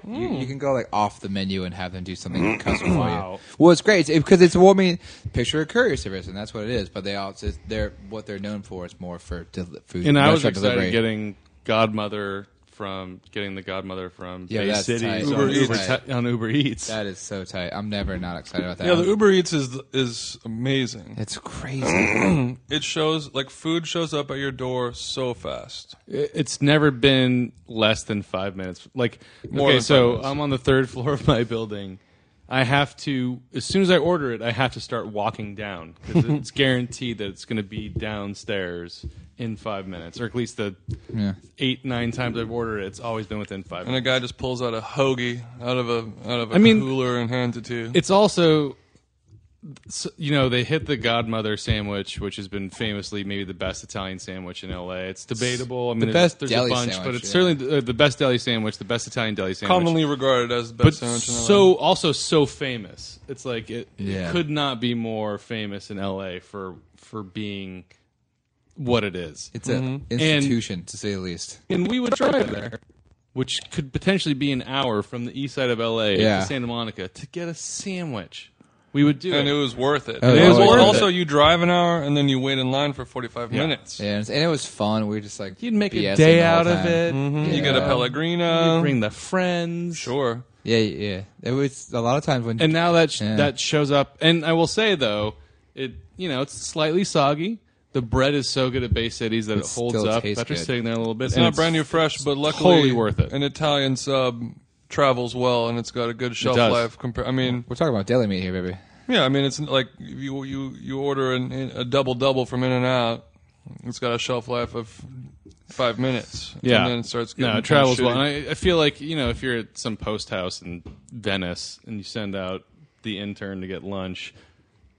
Speaker 3: Hmm.
Speaker 4: You, you can go like off the menu and have them do something custom for you. Well, it's great it's- because it's, well, I mean, picture a courier service, and that's what it is. But they also they're what they're known for is more for deli- food.
Speaker 5: and I was
Speaker 4: restaurant
Speaker 5: excited
Speaker 4: delivery.
Speaker 5: getting Godmother from getting the Godmother from
Speaker 4: Yeah,
Speaker 5: Bay
Speaker 4: that's
Speaker 5: City
Speaker 4: tight.
Speaker 5: on
Speaker 3: Uber Eats.
Speaker 5: Ti- on Uber Eats.
Speaker 4: That is so tight. I'm never not excited about that.
Speaker 3: Yeah, the
Speaker 5: Um,
Speaker 3: Uber Eats is is amazing.
Speaker 4: It's crazy.
Speaker 3: It shows like food shows up at your door so fast.
Speaker 5: It- It's never been less than five minutes. Like,
Speaker 3: More
Speaker 5: okay,
Speaker 3: than five
Speaker 5: so
Speaker 3: minutes.
Speaker 5: I'm on the third floor of my building. I have to, as soon as I order it, I have to start walking down because it's guaranteed that it's going to be downstairs in five minutes, or at least the
Speaker 4: yeah.
Speaker 5: eight, nine times I've ordered it, it's always been within five
Speaker 3: And
Speaker 5: minutes.
Speaker 3: a guy just pulls out a hoagie out of a out of a
Speaker 5: I mean-
Speaker 3: cooler and hands it to you.
Speaker 5: It's also, s- you know, they hit the Godmother sandwich, which has been famously maybe the best Italian sandwich in LA. It's debatable. I mean, there's-
Speaker 4: best
Speaker 5: there's,
Speaker 4: deli
Speaker 5: a bunch, but
Speaker 4: sandwich,
Speaker 5: it's
Speaker 4: yeah.
Speaker 5: certainly the, the best deli sandwich, the best Italian deli sandwich.
Speaker 3: commonly regarded as the
Speaker 5: but
Speaker 3: best sandwich in the
Speaker 5: so also so famous. It's like it, it
Speaker 4: Yeah.
Speaker 5: could not be more famous in LA for for being what it is.
Speaker 4: It's
Speaker 3: Mm-hmm.
Speaker 4: an institution, to say the least.
Speaker 5: and we would drive there, which could potentially be an hour from the east side of LA
Speaker 4: Yeah.
Speaker 5: to Santa Monica to get a sandwich. We would do
Speaker 3: and
Speaker 5: it.
Speaker 3: it was worth it.
Speaker 4: Oh,
Speaker 3: it
Speaker 4: yeah.
Speaker 3: was
Speaker 4: Oh,
Speaker 3: worth
Speaker 4: yeah.
Speaker 3: also you drive an hour and then you wait in line for 45 minutes.
Speaker 4: Yeah, and, and it was fun. We were just like
Speaker 5: You'd make a
Speaker 4: BSing
Speaker 5: day
Speaker 4: the whole
Speaker 5: out of
Speaker 4: time. Mm-hmm.
Speaker 5: it.
Speaker 3: You get a
Speaker 4: Yeah.
Speaker 3: Pellegrino.
Speaker 5: You'd bring the friends.
Speaker 3: sure.
Speaker 4: Yeah, yeah. It was a lot of times when
Speaker 5: And now that sh-
Speaker 4: Yeah.
Speaker 5: that shows up, and I will say though, it you know it's slightly soggy. The bread is so good at Bay Cities that
Speaker 4: It
Speaker 5: it holds
Speaker 4: still
Speaker 5: up
Speaker 4: tastes
Speaker 5: after
Speaker 4: good.
Speaker 5: sitting there a little bit.
Speaker 3: It's not brand new fresh, but luckily
Speaker 5: totally worth it.
Speaker 3: an Italian sub travels well and it's got a good shelf
Speaker 5: does.
Speaker 3: life compared I mean,
Speaker 4: we're talking about deli meat here, baby.
Speaker 3: yeah, I mean it's like you you you order an, a double double from in and out it's got a shelf life of 5 minutes.
Speaker 5: Yeah,
Speaker 3: And then it starts getting
Speaker 5: No,
Speaker 3: kinda
Speaker 5: it travels well.
Speaker 3: shitty.
Speaker 5: And I, I feel like you know if you're at some post house in Venice and you send out the intern to get lunch,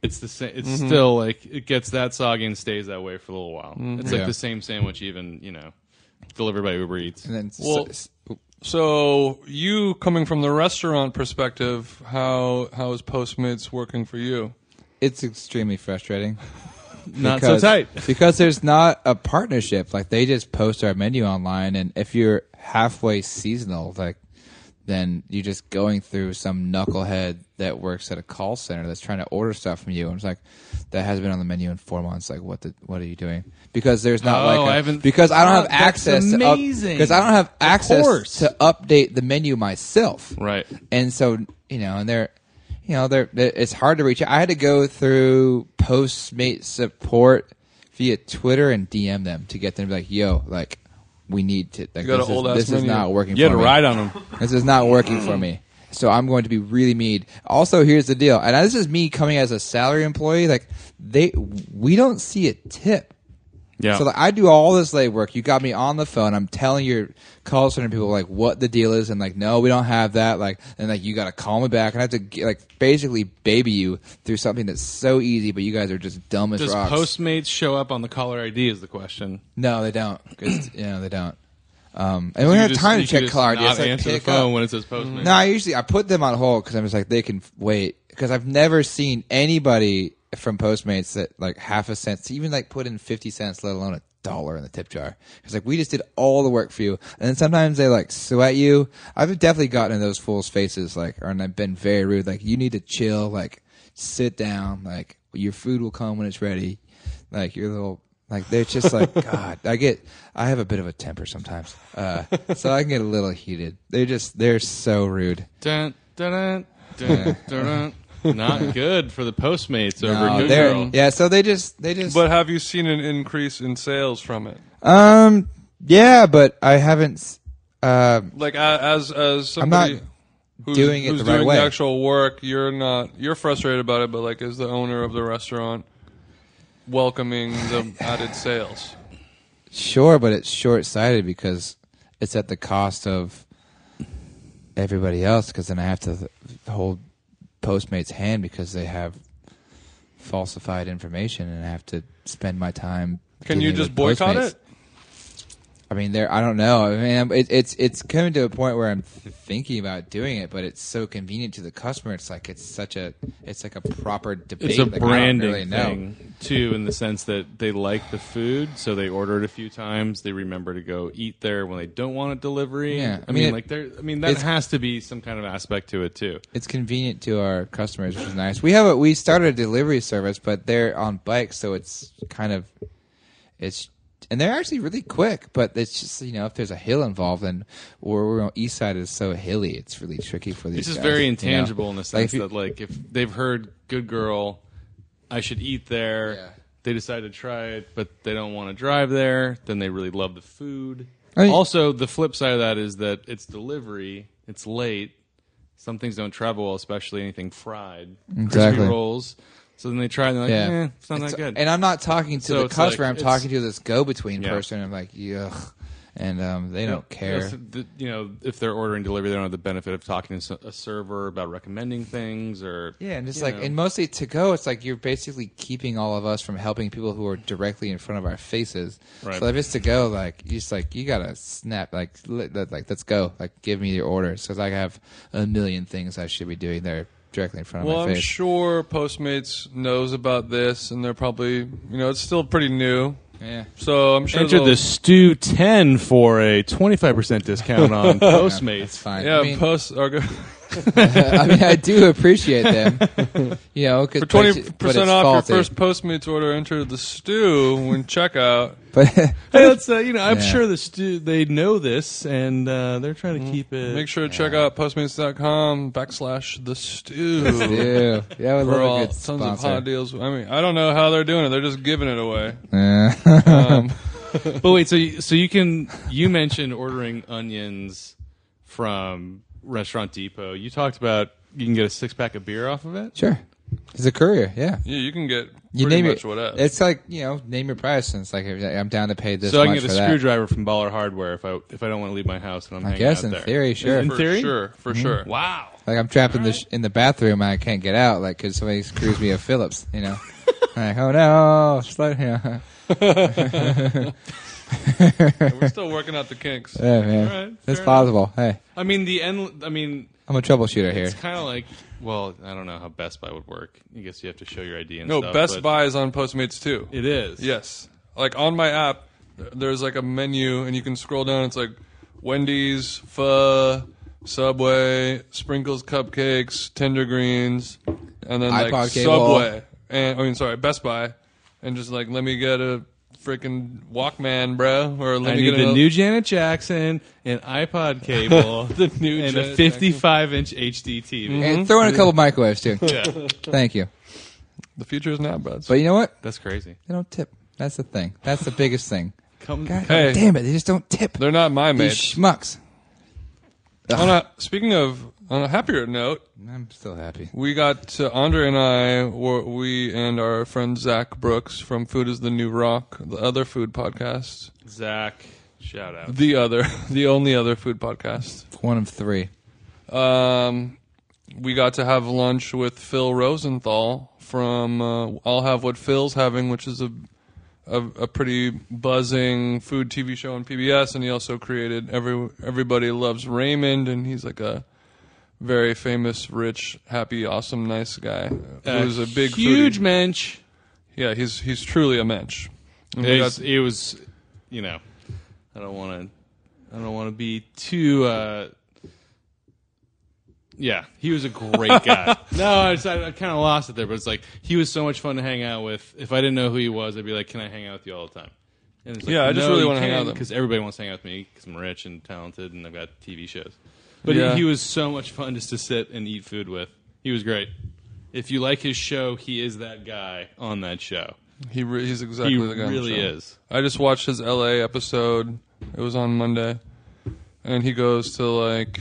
Speaker 5: it's the same. It's
Speaker 4: Mm-hmm.
Speaker 5: still like it gets that soggy and stays that way for a little while. It's like
Speaker 4: Mm-hmm. Yeah.
Speaker 5: the same sandwich, even you know, delivered by Uber Eats.
Speaker 4: And then s-
Speaker 3: Well-
Speaker 4: s-
Speaker 3: So you coming from the restaurant perspective, how how is Postmates working for you?
Speaker 4: it's extremely frustrating.
Speaker 5: Not
Speaker 4: because-
Speaker 5: so tight.
Speaker 4: because there's not a partnership. Like they just post our menu online, and if you're halfway seasonal, like then you're just going through some knucklehead that works at a call center that's trying to order stuff from you, and it's like that has been on the menu in four months. Like what the what are you doing? Because there's not
Speaker 5: Oh,
Speaker 4: like a-
Speaker 5: I haven't-
Speaker 4: because I don't
Speaker 5: Oh,
Speaker 4: have
Speaker 5: that's
Speaker 4: access to
Speaker 5: amazing.
Speaker 4: because I don't have access
Speaker 5: course.
Speaker 4: to update the menu myself.
Speaker 5: Right.
Speaker 4: And so, you know, and they're, you know, they're, they it's hard to reach. I had to go through Postmate support via Twitter and DM them to get them to be like, yo, like, we need to, like,
Speaker 3: got
Speaker 4: this,
Speaker 3: an
Speaker 4: is,
Speaker 3: old-ass
Speaker 4: this is
Speaker 3: menu.
Speaker 4: not working
Speaker 5: You had
Speaker 4: for
Speaker 5: to
Speaker 4: me.
Speaker 5: ride on them.
Speaker 4: This is not working for me. So I'm going to be really mean. Also, here's the deal. And this is me coming as a salary employee. Like, they, we don't see a tip.
Speaker 5: Yeah.
Speaker 4: So like, I do all this late work. You got me on the phone. I'm telling your call center people like what the deal is, and like, no, we don't have that. Like, and like, you got to call me back, and I have to get, like basically baby you through something that's so easy, but you guys are just dumb as
Speaker 5: Does
Speaker 4: rocks.
Speaker 5: Postmates show up on the caller ID? Is the question.
Speaker 4: no, they don't. 'Cause, you know, they don't. Um, and we don't
Speaker 5: You
Speaker 4: have
Speaker 5: just-
Speaker 4: time to
Speaker 5: you
Speaker 4: check
Speaker 5: just
Speaker 4: Clardy.
Speaker 5: Not
Speaker 4: It's like
Speaker 5: answer the
Speaker 4: pick
Speaker 5: phone
Speaker 4: up.
Speaker 5: when it says postman.
Speaker 4: No, I usually I put them on hold because I'm just like they can f- wait because I've never seen anybody from Postmates that like half a cent to even like put in fifty cents, let alone a dollar in the tip jar. It's like we just did all the work for you, and then sometimes they like sweat you. I've definitely gotten in those fools' faces like, and I've been very rude. Like you need to chill, like sit down, like your food will come when it's ready, like your little. Like they're just like God. I get. I have a bit of a temper sometimes, uh, so I can get a little heated. They're just. They're so rude.
Speaker 5: Dun, dun, dun, dun, dun. Not good for the Postmates over
Speaker 4: No, Uh, they're-
Speaker 5: neutral.
Speaker 4: yeah, so they just they just
Speaker 3: But have you seen an increase in sales from it?
Speaker 4: um yeah, but I haven't s- um
Speaker 3: Like a- as as
Speaker 4: I'm not
Speaker 3: somebody who's
Speaker 4: doing it
Speaker 3: who's
Speaker 4: the right
Speaker 3: doing
Speaker 4: way.
Speaker 3: the actual work, you're not you're frustrated about it. But like, is the owner of the restaurant welcoming the added sales?
Speaker 4: sure, but it's short sighted because it's at the cost of everybody else because then I have to hold Postmates hand because they have falsified information and I have to spend my time.
Speaker 3: Can you
Speaker 4: dealing
Speaker 3: just
Speaker 4: with
Speaker 3: boycott
Speaker 4: Postmates.
Speaker 3: it?
Speaker 4: I mean, there. I don't know. I mean, it, it's it's coming to a point where I'm th- thinking about doing it, but it's so convenient to the customer. It's like it's such a it's like a proper debate.
Speaker 5: It's a
Speaker 4: like, I don't
Speaker 5: branding
Speaker 4: really know.
Speaker 5: thing too, in the sense that they like the food, so they order it a few times. They remember to go eat there when they don't want it delivery.
Speaker 4: Yeah, I
Speaker 5: I mean,
Speaker 4: mean, it-
Speaker 5: like there. I mean, that
Speaker 4: it's-
Speaker 5: has to be some kind of aspect to it too.
Speaker 4: It's convenient to our customers, which is nice. We have a we started a delivery service, but they're on bikes, so it's kind of it's and they're actually really quick. But it's just you know if there's a hill involved, and where we're on east side is so hilly, it's really tricky for these.
Speaker 5: It's just
Speaker 4: guys,
Speaker 5: very
Speaker 4: you know?
Speaker 5: intangible in the
Speaker 4: Like,
Speaker 5: sense
Speaker 4: if you-
Speaker 5: that, like, if they've heard "Good Girl," I should eat there.
Speaker 4: Yeah.
Speaker 5: They decide to try it, but they don't want to drive there. Then they really love the food.
Speaker 4: I mean-
Speaker 5: also, the flip side of that is that it's delivery. It's late. Some things don't travel well, especially anything fried, crispy
Speaker 4: Exactly.
Speaker 5: rolls. So then they try and they're like,
Speaker 4: Yeah.
Speaker 5: eh, it's not that good.
Speaker 4: And I'm not talking to
Speaker 5: So
Speaker 4: the
Speaker 5: it's like-
Speaker 4: customer. I'm
Speaker 5: it's-
Speaker 4: talking to this go-between
Speaker 5: Yeah.
Speaker 4: person. I'm like, ugh, and um, they don't care.
Speaker 5: Yes, the- you know, if they're ordering delivery, they don't have the benefit of talking to s- a server about recommending things or
Speaker 4: Yeah, and it's
Speaker 5: you
Speaker 4: like,
Speaker 5: know.
Speaker 4: and mostly to go, it's like you're basically keeping all of us from helping people who are directly in front of our faces.
Speaker 5: Right.
Speaker 4: So if it's to go, like you just like you gotta snap, like let, let- like let's go, like give me your order. So like I have a million things I should be doing there directly in front
Speaker 3: Well,
Speaker 4: of
Speaker 3: I'm
Speaker 4: my face.
Speaker 3: sure Postmates knows about this, and they're probably you know it's still pretty new.
Speaker 4: yeah.
Speaker 3: So I'm sure
Speaker 5: Enter
Speaker 3: they'll-
Speaker 5: the stew ten for a twenty five percent discount on
Speaker 4: It's
Speaker 5: Postmates.
Speaker 4: fine.
Speaker 3: Yeah,
Speaker 4: I mean,
Speaker 3: post or go,
Speaker 4: I mean, I do appreciate them. You know, cause,
Speaker 3: for
Speaker 4: but
Speaker 3: twenty
Speaker 4: it's- but
Speaker 3: percent
Speaker 4: it's
Speaker 3: off
Speaker 4: faulty.
Speaker 3: your first Postmates order. Enter the stew when checkout.
Speaker 4: But
Speaker 5: Hey, let's, uh, you know, I'm
Speaker 4: Yeah.
Speaker 5: sure the stew they know this and uh, they're trying
Speaker 4: Mm-hmm.
Speaker 5: to keep it.
Speaker 3: Make sure to check out Postmates.com backslash the stew.
Speaker 4: Ew. Yeah, I
Speaker 3: For
Speaker 4: would love a
Speaker 3: all
Speaker 4: good
Speaker 3: tons
Speaker 4: sponsor.
Speaker 3: of hot deals. I mean, I don't know how they're doing it. They're just giving it away.
Speaker 4: Yeah.
Speaker 3: Um,
Speaker 5: But wait, so you, so you can you mentioned ordering onions from Restaurant Depot. You talked about you can get a six pack of beer off of it.
Speaker 4: sure. He's a courier. Yeah.
Speaker 3: yeah, you can get pretty
Speaker 4: You name
Speaker 3: much
Speaker 4: it.
Speaker 3: whatever.
Speaker 4: It's like you know, name your price. And it's like I'm down to pay this.
Speaker 5: So I can
Speaker 4: much
Speaker 5: get
Speaker 4: for
Speaker 5: a
Speaker 4: that.
Speaker 5: screwdriver from Baller Hardware if I if I don't want to leave my house and I'm
Speaker 4: I
Speaker 5: hanging
Speaker 4: guess
Speaker 5: out
Speaker 4: in
Speaker 5: there.
Speaker 4: theory, sure.
Speaker 5: In
Speaker 3: for
Speaker 5: theory? Mm-hmm.
Speaker 3: sure, for sure.
Speaker 5: Wow.
Speaker 4: Like I'm trapped in the sh- in the bathroom and I can't get out. Like because somebody screws me a Phillips. You know. I'm like oh no, slow down.
Speaker 3: We're still working out the kinks.
Speaker 4: Yeah, man.
Speaker 5: All right,
Speaker 4: it's
Speaker 5: fair
Speaker 4: plausible. Hey,
Speaker 5: I mean the end. I mean
Speaker 4: I'm a troubleshooter here.
Speaker 5: It's kind of like, well, I don't know how Best Buy would work. I guess you have to show your ID and
Speaker 3: No,
Speaker 5: stuff.
Speaker 3: Best
Speaker 5: but
Speaker 3: Buy is on Postmates too.
Speaker 5: It is.
Speaker 3: Yes. Like on my app, th- there's like a menu, and you can scroll down. It's like Wendy's, Pho, Subway, Sprinkles Cupcakes, Tender Greens, and then like
Speaker 4: iPod cable.
Speaker 3: Subway. And I mean, sorry, Best Buy, and just like let me get a freaking Walkman, bro, or let
Speaker 5: I
Speaker 3: me
Speaker 5: need
Speaker 3: get
Speaker 5: the
Speaker 3: an-
Speaker 5: new Janet Jackson, an iPod cable,
Speaker 3: the new
Speaker 5: and
Speaker 3: Janet
Speaker 5: a 55 inch HD TV.
Speaker 4: And throw in a couple microwaves too.
Speaker 5: Yeah,
Speaker 4: Thank you.
Speaker 3: The future is now, buds.
Speaker 4: But you know what?
Speaker 5: that's crazy.
Speaker 4: They don't tip. That's the thing. That's the biggest thing.
Speaker 5: Come,
Speaker 4: God
Speaker 3: Hey.
Speaker 4: damn it! They just don't tip.
Speaker 3: They're not my
Speaker 4: These
Speaker 3: mates.
Speaker 4: schmucks.
Speaker 3: on a, speaking of, on a happier note,
Speaker 4: I'm still happy.
Speaker 3: We got uh, Andre and I, were, we and our friend Zach Brooks from Food is the New Rock, the other food podcast,
Speaker 5: Zach. Shout out.
Speaker 3: the other, the only other food podcast.
Speaker 4: One of three.
Speaker 3: Um, we got to have lunch with Phil Rosenthal from uh, I'll Have What Phil's Having, which is a a, a pretty buzzing food TV show on PBS, and he also created Every Everybody Loves Raymond, and he's like a very famous, rich, happy, awesome, nice guy who's a big
Speaker 5: huge
Speaker 3: foodie.
Speaker 5: mensch.
Speaker 3: Yeah, he's he's truly a mensch. And he
Speaker 5: He's-
Speaker 3: got-
Speaker 5: He was, you know, I don't want to, I don't want to be too. uh Yeah, he was a great guy. no, I, just- I, I kind of lost it there, but it's like he was so much fun to hang out with. If I didn't know who he was, I'd be like, "Can I hang out with you all the time?" And it's like,
Speaker 3: Yeah, I just really wanna hang out with him.
Speaker 5: because everybody wants to hang out with me because I'm rich and talented and I've got TV shows. But
Speaker 3: Yeah.
Speaker 5: he, he was so much fun just to sit and eat food with. He was great. If you like his show, he is that guy on that show.
Speaker 3: He re- he's exactly
Speaker 5: He
Speaker 3: the guy. on the
Speaker 5: really
Speaker 3: show.
Speaker 5: is.
Speaker 3: I just watched his L.A. episode. It was on Monday, and he goes to like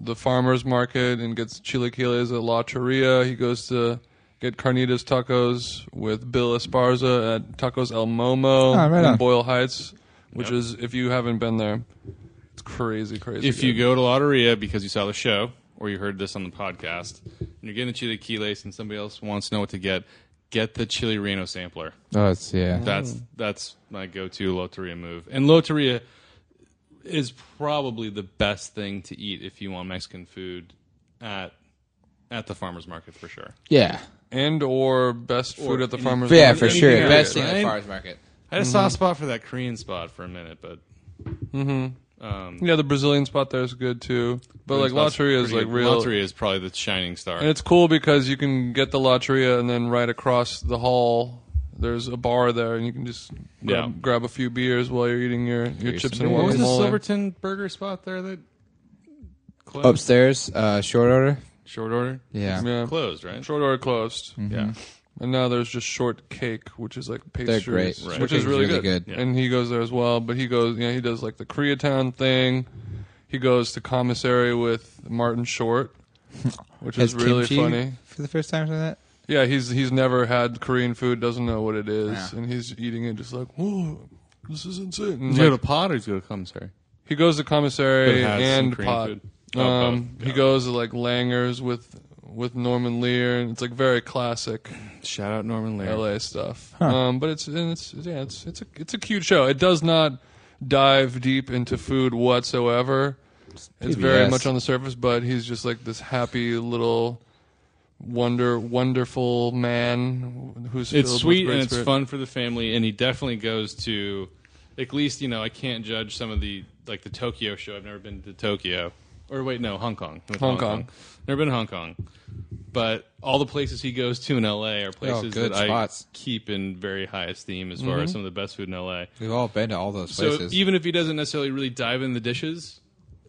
Speaker 3: the farmers market and gets chilaquiles at La Chiria. He goes to get carnitas tacos with Bill Esparza at Tacos El Momo
Speaker 4: Oh, right
Speaker 3: in
Speaker 4: on.
Speaker 3: Boyle Heights, which
Speaker 5: Yep.
Speaker 3: is if you haven't been there, it's crazy, crazy.
Speaker 5: if you
Speaker 3: good.
Speaker 5: go to Lotteria because you saw the show or you heard this on the podcast and you're getting the chili quiles and somebody else wants to know what to get, get the chili reno sampler.
Speaker 4: Oh, it's yeah.
Speaker 5: That's that's my go-to Lotteria move. And Lotteria is probably the best thing to eat if you want Mexican food at at the farmers market for sure.
Speaker 4: yeah.
Speaker 3: and or best food at the farmers
Speaker 4: But yeah,
Speaker 3: market.
Speaker 4: for sure.
Speaker 5: Anything
Speaker 4: Best
Speaker 5: else,
Speaker 4: thing at the
Speaker 5: right?
Speaker 4: farmers market.
Speaker 5: I had a soft spot for that Korean spot for a minute, but
Speaker 3: Yeah, the Brazilian spot there is good too. But like La
Speaker 5: Korean spot's
Speaker 3: Chiria is
Speaker 5: pretty
Speaker 3: like
Speaker 5: good.
Speaker 3: real.
Speaker 5: Lotteria is probably the shining star.
Speaker 3: And it's cool because you can get the lotteria and then right across the hall there's a bar there and you can just grab,
Speaker 5: Yeah.
Speaker 3: grab a few beers while you're eating your, your
Speaker 4: Here's
Speaker 3: chips
Speaker 4: some
Speaker 3: and
Speaker 5: what was the
Speaker 3: guacamole.
Speaker 5: Silverton burger spot there that closed?
Speaker 4: Upstairs, uh, short order.
Speaker 5: Short order?
Speaker 4: Yeah.
Speaker 3: Yeah.
Speaker 5: Closed, right?
Speaker 3: Short order closed.
Speaker 5: Yeah.
Speaker 3: And now there's just short cake, which is like
Speaker 4: They're
Speaker 3: pastries,
Speaker 4: great.
Speaker 5: Right.
Speaker 3: which
Speaker 4: Shortcake's
Speaker 3: is really,
Speaker 4: really
Speaker 3: good.
Speaker 4: good.
Speaker 5: Yeah.
Speaker 3: And he goes there as well, but he goes, you know, he does like the Koreatown thing. He goes to commissary with Martin Short, which is
Speaker 4: Has
Speaker 3: really
Speaker 4: kimchi
Speaker 3: funny.
Speaker 4: For the first time for that?
Speaker 3: Yeah, he's he's never had Korean food, doesn't know what it is,
Speaker 4: Yeah.
Speaker 3: and he's eating it just like, whoa, this is insane. And,
Speaker 5: You go
Speaker 3: like,
Speaker 5: to pot or you go to commissary?
Speaker 3: he goes to
Speaker 5: But
Speaker 3: commissary
Speaker 5: it has some
Speaker 3: and
Speaker 5: Korean
Speaker 3: pot.
Speaker 5: food. Oh,
Speaker 3: Um,
Speaker 5: both,
Speaker 3: He
Speaker 5: yeah.
Speaker 3: goes to like Langer's with with Norman Lear, and it's like very classic
Speaker 5: Shout out Norman Lear.
Speaker 3: L.A. stuff. Um, but it's and it's yeah, it's it's a it's a cute show. It does not dive deep into food whatsoever. It's very
Speaker 4: PBS.
Speaker 3: much on the surface, but he's just like this happy little wonder wonderful man who's filled
Speaker 5: It's
Speaker 3: with
Speaker 5: sweet
Speaker 3: great
Speaker 5: and it's
Speaker 3: spirit.
Speaker 5: fun for the family, and he definitely goes to, at least, you know, I can't judge some of the, like the Tokyo show. I've never been to Tokyo. Or wait, no, Hong Kong. Went to
Speaker 3: Hong Kong.
Speaker 5: Never been to Hong Kong. But all the places he goes to in LA are places
Speaker 4: good
Speaker 5: that
Speaker 4: spots.
Speaker 5: I keep in very high esteem as far as some of the best food in LA.
Speaker 4: We've all been to all those
Speaker 5: So
Speaker 4: places.
Speaker 5: even if he doesn't necessarily really dive in the dishes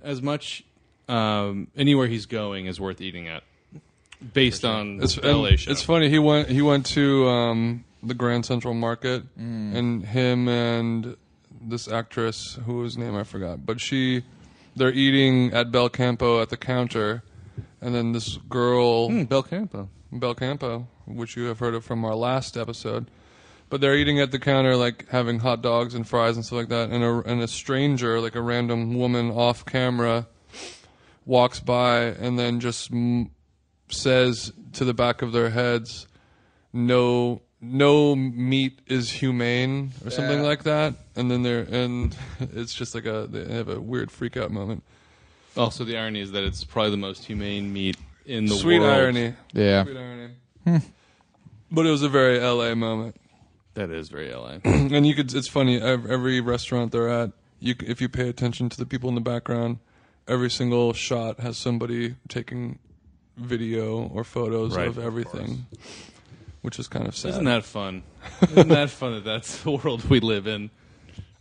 Speaker 5: as much, um, anywhere he's going is worth eating at, based on
Speaker 3: It's,
Speaker 5: the LA
Speaker 3: and
Speaker 5: show.
Speaker 3: it's funny. He went. He went to um, the Grand Central Market, and him and this actress, whose name I forgot, but she, they're eating at Bel Campo at the counter, and then this girl
Speaker 5: Bel Campo.
Speaker 3: Bel Campo, which you have heard of from our last episode. But they're eating at the counter, like having hot dogs and fries and stuff like that. And a, and a stranger, like a random woman off camera, walks by and then just m- says to the back of their heads, "No, no meat is humane" or something
Speaker 4: Yeah.
Speaker 3: like that. And then they're and it's just like a they have a weird freak out moment.
Speaker 5: Also, the irony is that it's probably the most humane meat in the
Speaker 3: Sweet
Speaker 5: world.
Speaker 3: irony.
Speaker 4: yeah.
Speaker 3: Sweet irony. But it was a very LA moment.
Speaker 5: That is very LA.
Speaker 3: and you could it's funny ev- every restaurant they're at you c- if you pay attention to the people in the background every single shot has somebody taking video or photos
Speaker 5: Right,
Speaker 3: of
Speaker 5: of
Speaker 3: everything which is kind of sad
Speaker 5: Isn't that fun? Isn't that fun that that's the world we live in?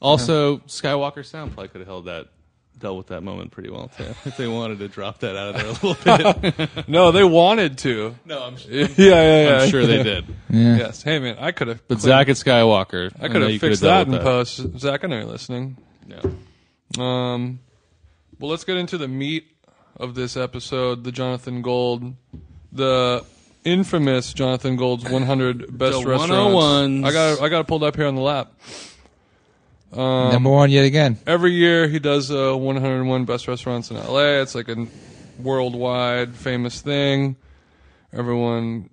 Speaker 5: Also, Skywalker Sound probably could have held that, dealt with that moment pretty well too, if they wanted to drop that out of there a little bit.
Speaker 3: no they wanted to
Speaker 5: no, I'm,
Speaker 3: yeah yeah yeah
Speaker 5: I'm sure they did.
Speaker 3: yes hey man i could have
Speaker 5: But Zack at Skywalker,
Speaker 3: i could
Speaker 5: know
Speaker 3: have
Speaker 5: you coulda
Speaker 3: fixed that
Speaker 5: dealt
Speaker 3: in
Speaker 5: with
Speaker 3: post zach i know you're listening
Speaker 5: No.
Speaker 3: Um, well, let's get into the meat of this episode: the Jonathan Gold, the infamous Jonathan Gold's 100 best
Speaker 5: The
Speaker 3: restaurants.
Speaker 5: 101s.
Speaker 3: I got I got it pulled up here on the lap.
Speaker 4: Number one yet again.
Speaker 3: Every year he does uh, 101 best restaurants in LA. It's like a worldwide famous thing. Everyone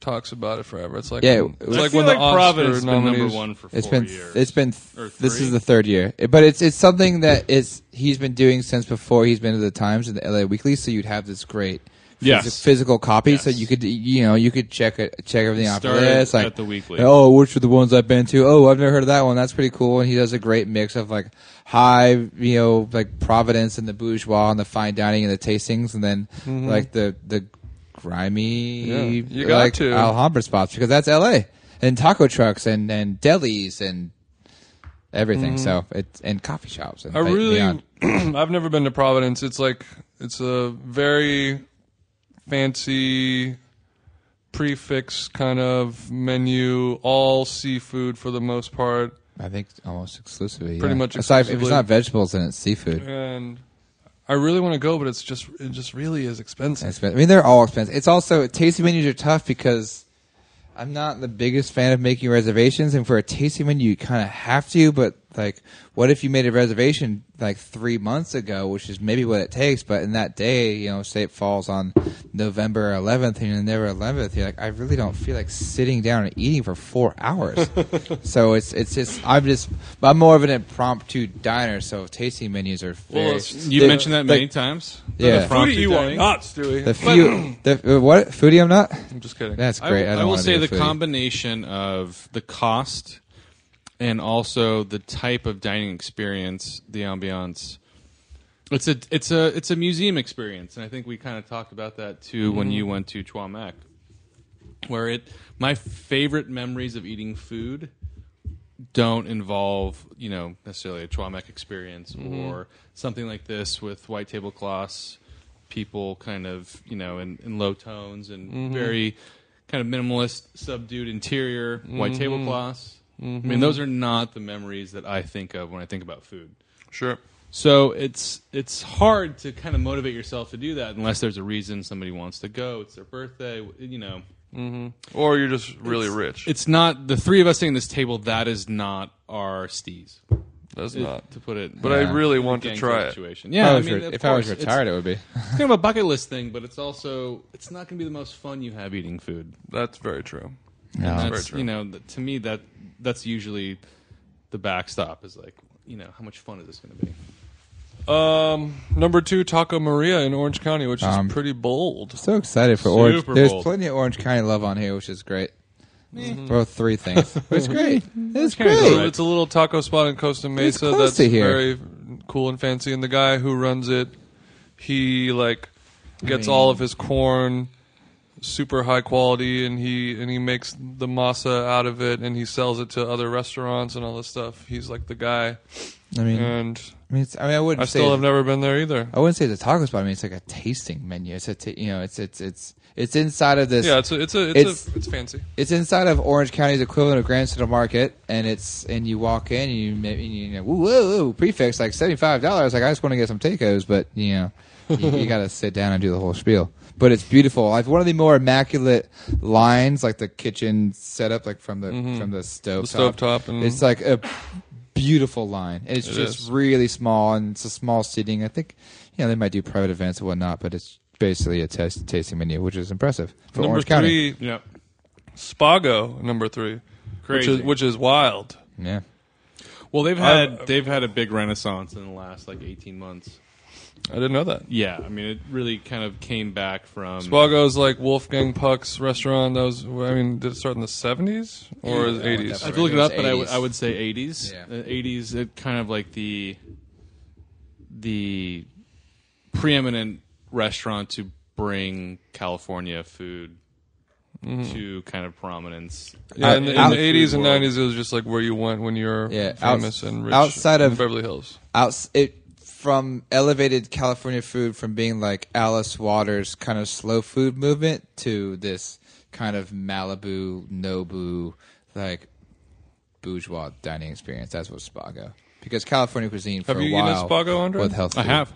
Speaker 3: talks about it forever. It's like
Speaker 4: Yeah, it
Speaker 3: it's
Speaker 4: was-
Speaker 5: I
Speaker 3: like
Speaker 5: feel
Speaker 3: when
Speaker 5: like
Speaker 3: the Oscar
Speaker 5: Providence been
Speaker 3: nominees.
Speaker 5: number one for 4
Speaker 4: It's been
Speaker 5: years.
Speaker 4: it's been
Speaker 5: Or
Speaker 4: this
Speaker 5: three.
Speaker 4: is the third year, but it's it's something that is he's been doing since before he's been to the Times and the LA Weekly. So you'd have this great phys-
Speaker 5: Yes.
Speaker 4: physical copy, so
Speaker 5: Yes.
Speaker 4: you could you know you could check it check everything off the
Speaker 5: Started
Speaker 4: list. Like
Speaker 5: at the Weekly.
Speaker 4: oh, which are the ones I've been to? Oh, I've never heard of that one. That's pretty cool. And he does a great mix of like high, you know, like Providence and the bourgeois and the fine dining and the tastings, and then like the the grimy
Speaker 3: Mm-hmm. Yeah, you got
Speaker 4: like,
Speaker 3: to.
Speaker 4: Alhambra spots because that's L.A. and taco trucks and and delis and everything. So it's and coffee shops. And
Speaker 3: I
Speaker 4: like,
Speaker 3: Mm-hmm. really,
Speaker 4: beyond.
Speaker 3: I've never been to Providence. It's like it's a very fancy prefix kind of menu, all seafood for the most part,
Speaker 4: I think almost exclusively.
Speaker 3: Pretty
Speaker 4: yeah.
Speaker 3: much
Speaker 4: Aside, if it's
Speaker 3: exclusively.
Speaker 4: not vegetables, then it's seafood.
Speaker 3: and I really want to go, but it's just it just really is expensive.
Speaker 4: Expen- I mean, they're all expensive. It's also tasting menus are tough because I'm not the biggest fan of making reservations, and for a tasting menu, you kind of have to. But like, what if you made a reservation like three months ago, which is maybe what it takes? But in that day, you know, say it falls on November 11th, and November 11th, you're like, I really don't feel like sitting down and eating for four hours. so it's it's just I'm just I'm more of an impromptu diner, so tasting menus are. Very,
Speaker 3: it's-
Speaker 5: You
Speaker 4: they-
Speaker 5: mentioned that
Speaker 4: like,
Speaker 5: many times.
Speaker 4: Yeah.
Speaker 5: The front
Speaker 3: Foodie, you are
Speaker 5: dining.
Speaker 3: not, Stewie.
Speaker 4: The few, the, uh, what foodie? I'm not.
Speaker 3: I'm just kidding.
Speaker 4: That's
Speaker 5: I
Speaker 4: great.
Speaker 5: will-
Speaker 4: I,
Speaker 5: I,
Speaker 4: don't
Speaker 5: will
Speaker 4: wanna
Speaker 5: say
Speaker 4: be a
Speaker 5: the
Speaker 4: foodie.
Speaker 5: combination of the cost and also the type of dining experience, the ambiance. It's a it's a it's a museum experience, and I think we kind of talked about that too when you went to Chuamak, where it my favorite memories of eating food don't involve you know necessarily a Chuamek experience
Speaker 3: Mm-hmm.
Speaker 5: or something like this with white tablecloths, people kind of you know in, in low tones and
Speaker 3: Mm-hmm.
Speaker 5: very kind of minimalist, subdued interior white
Speaker 3: Mm-hmm.
Speaker 5: tablecloths. I mean, those are not the memories that I think of when I think about food.
Speaker 3: Sure.
Speaker 5: So it's it's hard to kind of motivate yourself to do that unless there's a reason somebody wants to go. It's their birthday, you know.
Speaker 3: Or you're just really rich.
Speaker 5: It's not the three of us sitting at this table. That is not our stees,
Speaker 3: That's
Speaker 5: to-
Speaker 3: not.
Speaker 5: to put it.
Speaker 3: But I
Speaker 4: Yeah.
Speaker 3: really want to
Speaker 5: Gang
Speaker 3: try it.
Speaker 5: situation.
Speaker 4: If
Speaker 5: Yeah,
Speaker 4: I
Speaker 5: I
Speaker 4: was
Speaker 5: mean,
Speaker 4: re-
Speaker 5: of
Speaker 4: if I was
Speaker 5: course, it's-
Speaker 4: retired, it would be.
Speaker 5: it's kind of a bucket list thing, but it's also it's not going to be the most fun you have eating food.
Speaker 3: That's very true.
Speaker 4: No.
Speaker 5: And
Speaker 3: Very
Speaker 5: that's
Speaker 3: true.
Speaker 5: you know th- to me that that's usually the backstop is like you know how much fun is this going to be?
Speaker 3: Um, number two, Taco Maria in Orange County, which is
Speaker 4: Um,
Speaker 3: pretty bold.
Speaker 4: So excited for Orange.
Speaker 5: Super
Speaker 4: There's
Speaker 5: Bowl.
Speaker 4: plenty of Orange County love on here, which is great. Both three things. It's great. It's
Speaker 5: all
Speaker 4: great.
Speaker 5: right.
Speaker 3: It's a little taco spot in Costa Mesa
Speaker 4: close
Speaker 3: that's
Speaker 4: to here.
Speaker 3: very cool and fancy. And the guy who runs it, he like gets all of his corn super high quality, and he and he makes the masa out of it, and he sells it to other restaurants and all this stuff. He's like the guy,
Speaker 4: I mean,
Speaker 5: Uh,
Speaker 3: and
Speaker 4: I mean, it's, I mean, I wouldn't
Speaker 3: I
Speaker 4: say
Speaker 3: still have never been there either.
Speaker 4: I wouldn't say it's a taco spot. I mean, it's like a tasting menu. It's a ta- you know, it's it's it's it's inside of this.
Speaker 3: Yeah, it's a, it's a, it's,
Speaker 4: It's-
Speaker 3: a, it's fancy.
Speaker 4: it's inside of Orange County's equivalent of Grand Central Market, and it's and you walk in and you ma- and you know woo woo woo prefix like seventy five dollars. Like I just want to get some tacos, but you know you, you got to sit down and do the whole spiel. But it's beautiful. Like one of the more immaculate lines, like the kitchen setup, like from the from the stove
Speaker 3: Mm-hmm. The stovetop and-
Speaker 4: it's like a beautiful line, and it's
Speaker 3: It
Speaker 4: just
Speaker 3: is.
Speaker 4: really small and it's a small seating. I think you know they might do private events and whatnot, but it's basically a test tasting menu, which is impressive for
Speaker 3: number
Speaker 4: Orange County.
Speaker 3: three,
Speaker 5: Yeah,
Speaker 3: Spago. Number three,
Speaker 5: Crazy.
Speaker 3: which is which is wild.
Speaker 4: Yeah.
Speaker 5: Well, they've had
Speaker 3: I've-
Speaker 5: they've had a big renaissance in the last like eighteen months.
Speaker 3: I didn't know that.
Speaker 5: Yeah, I mean it really kind of came back from.
Speaker 3: Spago's like Wolfgang Puck's restaurant. That was, I mean, did it start in the 70s or
Speaker 4: Yeah,
Speaker 3: is
Speaker 5: I
Speaker 4: definitely.
Speaker 3: it
Speaker 5: have to look it
Speaker 4: It was
Speaker 5: up, but I would-
Speaker 4: 80s.
Speaker 5: I would say eighties. Uh,
Speaker 4: Yeah.
Speaker 5: Eighties, it kind of like the the preeminent restaurant to bring California food to kind of prominence.
Speaker 3: Yeah, in the, in
Speaker 4: Out-
Speaker 3: the 80s and
Speaker 5: Food world.
Speaker 3: 90s, it was just like where you went when you're
Speaker 4: Yeah,
Speaker 3: famous
Speaker 4: outs-
Speaker 3: and rich
Speaker 4: outside
Speaker 3: in
Speaker 4: of-
Speaker 3: Beverly Hills.
Speaker 4: outs- it from elevated California food from being like Alice Waters kind of slow food movement to this kind of Malibu Nobu like bourgeois dining experience. That's what Spago. Because California cuisine for
Speaker 3: Have
Speaker 4: a
Speaker 3: you eaten at
Speaker 4: while
Speaker 3: Spago, Andre?
Speaker 4: with health.
Speaker 5: I
Speaker 4: food.
Speaker 5: have.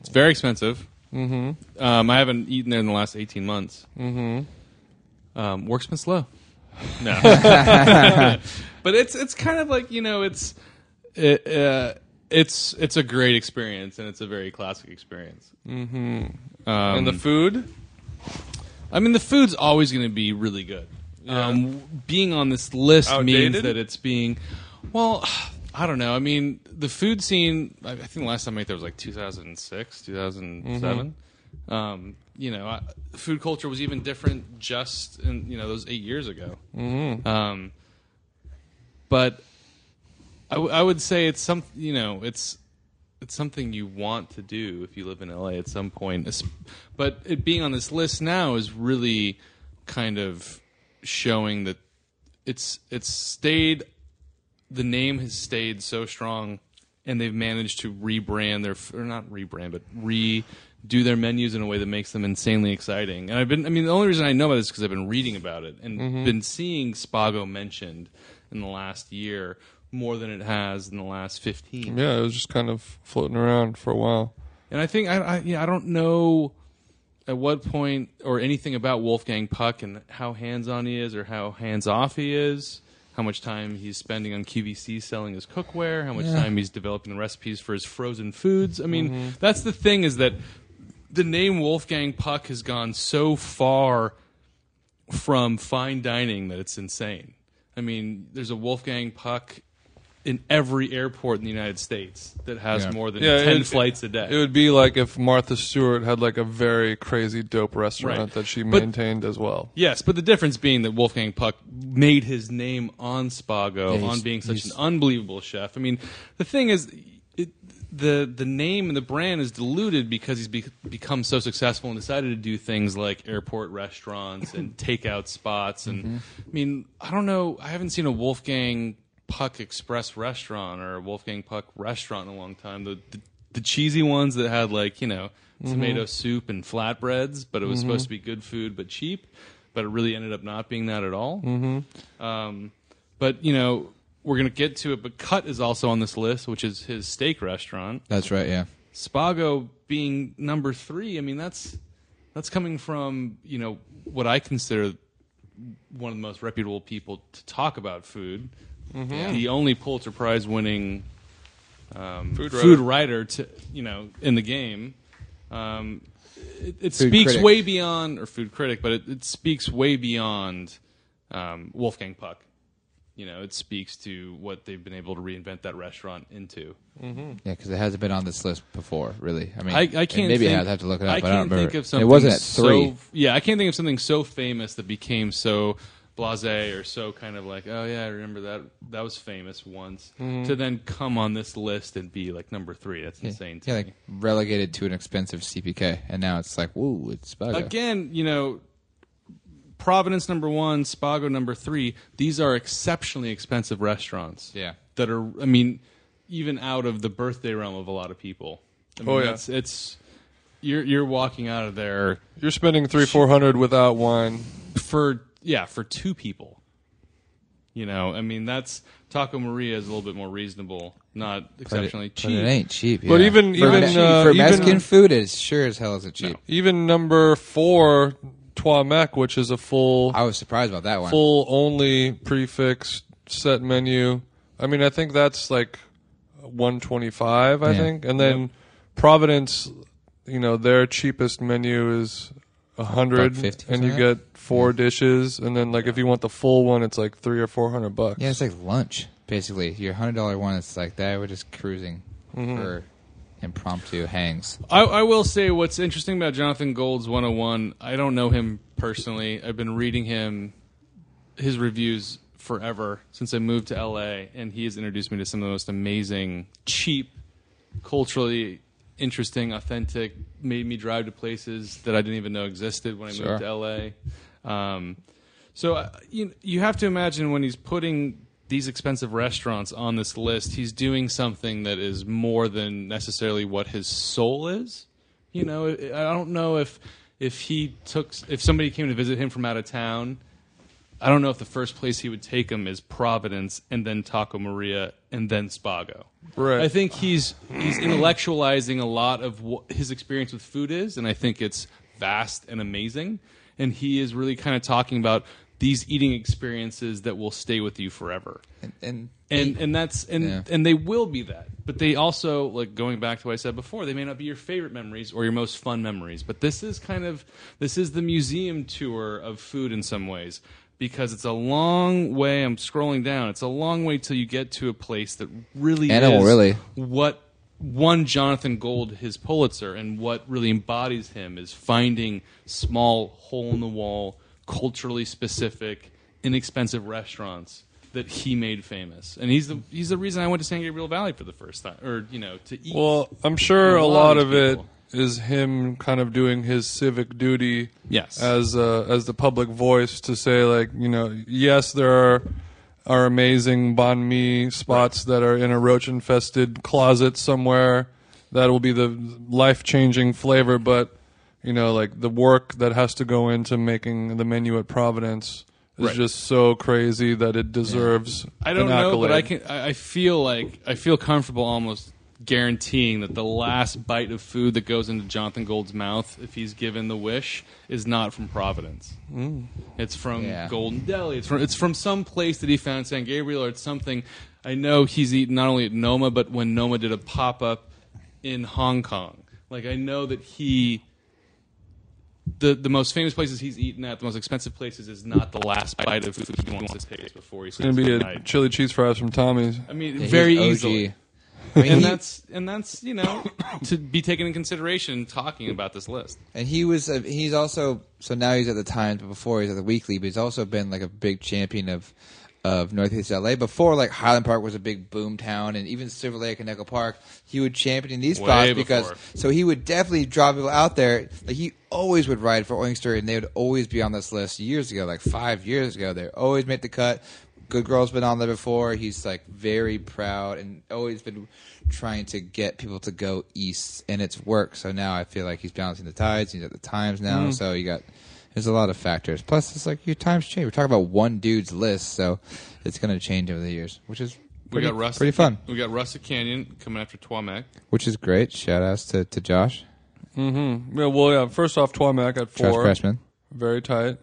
Speaker 5: It's very expensive. Mm-hmm. Um, I haven't eaten there in the last eighteen months. Mm-hmm. Um, work's been slow. No, but it's it's kind of like you know it's it, uh, it's it's a great experience and it's a very classic experience.
Speaker 3: and the food?
Speaker 5: I mean, the food's always going to be really good. Um, being on this list means
Speaker 3: Outdated?
Speaker 5: that it's being, well, I don't know. I mean, the food scene. I I think the last time I ate there was like 2006, 2007. Um, you know, I, food culture was even different just in you know those eight years ago. Um, but I, w- I would say it's some you know it's it's something you want to do if you live in LA at some point. Es- But it being on this list now is really kind of showing that it's it's stayed the name has stayed so strong and they've managed to rebrand their f- or not rebrand but redo their menus in a way that makes them insanely exciting. And I've been I mean the only reason I know about this is cuz I've been reading about it and been seeing Spago mentioned in the last year more than it has in the last 15.
Speaker 3: Yeah, it was just kind of floating around for a while.
Speaker 5: And I think I, I yeah I don't know at what point or anything about Wolfgang Puck and how hands on he is or how hands off he is, how much time he's spending on QVC selling his cookware, how much time he's developing the recipes for his frozen foods. I mean,
Speaker 3: Mm-hmm.
Speaker 5: that's the thing is that the name Wolfgang Puck has gone so far from fine dining that it's insane. I mean, there's a Wolfgang Puck in every airport in the United States that has
Speaker 4: Yeah.
Speaker 5: more than
Speaker 3: Yeah,
Speaker 5: ten
Speaker 3: it-
Speaker 5: flights a day.
Speaker 3: It would be like if Martha Stewart had like a very crazy dope restaurant
Speaker 5: Right.
Speaker 3: that she
Speaker 5: But-
Speaker 3: maintained as well.
Speaker 5: Yes, but the difference being that Wolfgang Puck made his name on Spago
Speaker 4: Yeah,
Speaker 5: on
Speaker 4: he's-
Speaker 5: being such an
Speaker 4: he's-
Speaker 5: unbelievable chef. I mean, the thing is, it, the the name and the brand is diluted because he's be, become so successful and decided to do things like airport restaurants and takeout spots. And I mean, I don't know. I haven't seen a Wolfgang Puck Express restaurant or a Wolfgang Puck restaurant in a long time. The the, the cheesy ones that had like you know tomato soup and flatbreads, but it was supposed to be good food but cheap. But it really ended up not being that at all. Um, but you know, we're gonna get to it. But Cut is also on this list, which is his steak restaurant.
Speaker 4: That's right. Yeah.
Speaker 5: Spago being number three. I mean, that's that's coming from you know what I consider one of the most reputable people to talk about food. The only Pulitzer Prize winning um,
Speaker 3: Food
Speaker 5: food,
Speaker 3: writer.
Speaker 5: writer. to you know in the game. Um, it it
Speaker 4: Food
Speaker 5: speaks
Speaker 4: critic.
Speaker 5: way beyond or food critic, but it, it speaks way beyond um, Wolfgang Puck. You know, it speaks to what they've been able to reinvent that restaurant into.
Speaker 4: Yeah, because it hasn't been on this list before, really. I mean,
Speaker 5: I, I
Speaker 4: and
Speaker 5: can't.
Speaker 4: Maybe
Speaker 5: think,
Speaker 4: I have to look it up.
Speaker 5: I
Speaker 4: but
Speaker 5: can't
Speaker 4: I don't remember.
Speaker 5: think of
Speaker 4: And
Speaker 5: something.
Speaker 4: it wasn't at
Speaker 5: so-
Speaker 4: three.
Speaker 5: yeah, I can't think of something so famous that became so blasé or so kind of like, oh yeah, I remember that that was famous once. To then come on this list and be like number three, that's insane. To
Speaker 4: Mm-hmm. yeah,
Speaker 5: me.
Speaker 4: like relegated to an expensive CPK, and now it's like, whoa, it's Spago.
Speaker 5: Again, you know, Providence number one, Spago number three. These are exceptionally expensive restaurants.
Speaker 4: Yeah.
Speaker 5: that are. I mean, even out of the birthday realm of a lot of people. I mean,
Speaker 3: Oh, yeah.
Speaker 5: it's, it's you're you're walking out of there
Speaker 3: You're spending three four hundred without wine.
Speaker 5: for yeah for two people you know i mean that's taco maria is a little bit more reasonable not
Speaker 4: But it-
Speaker 5: exceptionally
Speaker 4: but
Speaker 5: cheap
Speaker 4: it ain't cheap.
Speaker 3: But
Speaker 4: yeah.
Speaker 3: even-
Speaker 4: for,
Speaker 3: even,
Speaker 4: Me-
Speaker 3: uh,
Speaker 4: for
Speaker 3: even-
Speaker 4: Mexican food, it sure as hell isn't cheap.
Speaker 3: Even number four, Trois Mec, which is a full
Speaker 4: I was surprised about that one.
Speaker 3: full only prefix set menu. I mean, I think that's like 125, I
Speaker 4: Yeah.
Speaker 3: think. And then Providence, you know, their cheapest menu is 100
Speaker 4: Buck 50 or
Speaker 3: and you
Speaker 4: something?
Speaker 3: get four dishes and then like if you want the full one it's like 3 or 400 bucks.
Speaker 4: Yeah, it's like lunch basically. Your hundred dollar one, it's like that. We're just cruising
Speaker 3: Mm-hmm.
Speaker 4: for impromptu hangs.
Speaker 5: I, I will say what's interesting about Jonathan Gold's 101. I don't know him personally. I've been reading him his reviews forever since I moved to LA, and he has introduced me to some of the most amazing, cheap, culturally interesting, authentic. Made me drive to places that I didn't even know existed when I
Speaker 4: Sure.
Speaker 5: moved to LA. Um, so uh, you you have to imagine when he's putting these expensive restaurants on this list, he's doing something that is more than necessarily what his soul is. You know, I I don't know if if he took if somebody came to visit him from out of town. I don't know if the first place he would take him is Providence and then Taco Maria and then Spago.
Speaker 3: Right.
Speaker 5: I think he's he's intellectualizing a lot of what his experience with food is, and I think it's vast and amazing. And he is really kind of talking about these eating experiences that will stay with you forever
Speaker 4: And, and
Speaker 5: and and that's and
Speaker 4: Yeah.
Speaker 5: and they will be that but they also like going back to what i said before they may not be your favorite memories or your most fun memories but this is kind of this is the museum tour of food in some ways because it's a long way i'm scrolling down it's a long way till you get to a place that really
Speaker 4: Animal,
Speaker 5: is
Speaker 4: really.
Speaker 5: what one jonathan gold his pulitzer and what really embodies him is finding small hole in the wall culturally specific inexpensive restaurants that he made famous and he's the he's the reason i went to san gabriel valley for the first time or you know to eat
Speaker 3: Well, I'm sure a lot of
Speaker 5: these
Speaker 3: it
Speaker 5: people.
Speaker 3: is him kind of doing his civic duty.
Speaker 5: Yes.
Speaker 3: As uh, as the public voice to say like you know yes there are are amazing banh mi spots that are in a roach infested closet somewhere that will be the life changing flavor, but you know like the work that has to go into making the menu at Providence. Is
Speaker 5: Right.
Speaker 3: just so crazy that it deserves.
Speaker 5: I don't
Speaker 3: an
Speaker 5: know, but
Speaker 3: accolade.
Speaker 5: I can. I I feel like I feel comfortable almost guaranteeing that the last bite of food that goes into Jonathan Gold's mouth, if he's given the wish, is not from Providence.
Speaker 3: Mm.
Speaker 5: It's from
Speaker 4: Yeah.
Speaker 5: Golden Deli. It's from it's from some place that he found in San Gabriel, or it's something. I know he's eaten not only at Noma, but when Noma did a pop up in Hong Kong. Like I know that he the the most famous places he's eaten at, the most expensive places, is not the last bite of food he wants to taste before he
Speaker 3: It's
Speaker 5: sleeps.
Speaker 3: gonna be a
Speaker 5: tonight.
Speaker 3: chili cheese fries from Tommy's.
Speaker 5: I mean,
Speaker 4: yeah, he's
Speaker 5: very
Speaker 4: OG.
Speaker 5: easily.
Speaker 4: I mean,
Speaker 5: And
Speaker 4: he-
Speaker 5: that's and that's you know to be taken in consideration talking about this list.
Speaker 4: And he was a, he's also so now he's at the Times, but before he's at the Weekly. But he's also been like a big champion of of Northeast LA. Before like Highland Park was a big boom town, and even Silver Lake and Echo Park, he would champion these
Speaker 5: Way
Speaker 4: spots
Speaker 5: before.
Speaker 4: because so he would definitely draw people out there. Like he always would ride for Oyster, and they would always be on this list years ago, like five years ago. They always make the cut. Good Girl's been on there before. He's like very proud and always been trying to get people to go east, and it's worked. So now I feel like he's balancing the tides. He's at the times now,
Speaker 5: Mm-hmm.
Speaker 4: so you got there's a lot of factors. Plus, it's like your times change. We're talking about one dude's list, so it's going to change over the years, which is
Speaker 5: We
Speaker 4: pretty,
Speaker 5: got Russ.
Speaker 4: pretty fun.
Speaker 5: We got Rustic Canyon coming after Tuamek.
Speaker 4: Which is great. Shout outs to, to Josh,
Speaker 3: Yeah, well, yeah. First off, Twamak at
Speaker 4: Josh
Speaker 3: four,
Speaker 4: Freshman.
Speaker 3: very tight.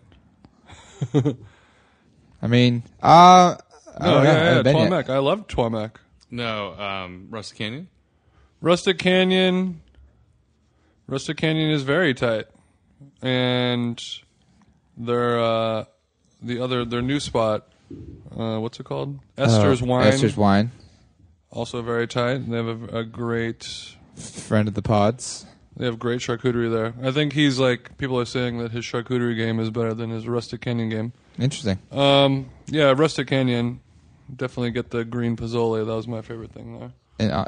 Speaker 4: I mean, uh, I
Speaker 3: Oh
Speaker 4: don't know.
Speaker 3: yeah,
Speaker 4: I
Speaker 3: yeah,
Speaker 4: haven't been yet.
Speaker 3: Twamak. I love Twamak.
Speaker 5: No, um, Rustic Canyon.
Speaker 3: Rustic Canyon. Rustic Canyon is very tight, and their uh, the other their new spot. Uh, what's it called? Esther's
Speaker 4: Uh,
Speaker 3: Wine.
Speaker 4: Esther's Wine,
Speaker 3: Also very tight. They have a, a great.
Speaker 4: friend of the pods.
Speaker 3: They have great charcuterie there. I think he's like people are saying that his charcuterie game is better than his Rustic Canyon game.
Speaker 4: Interesting.
Speaker 3: Um, yeah, Rustic Canyon. Definitely get the green pozole. That was my favorite thing there.
Speaker 4: And uh,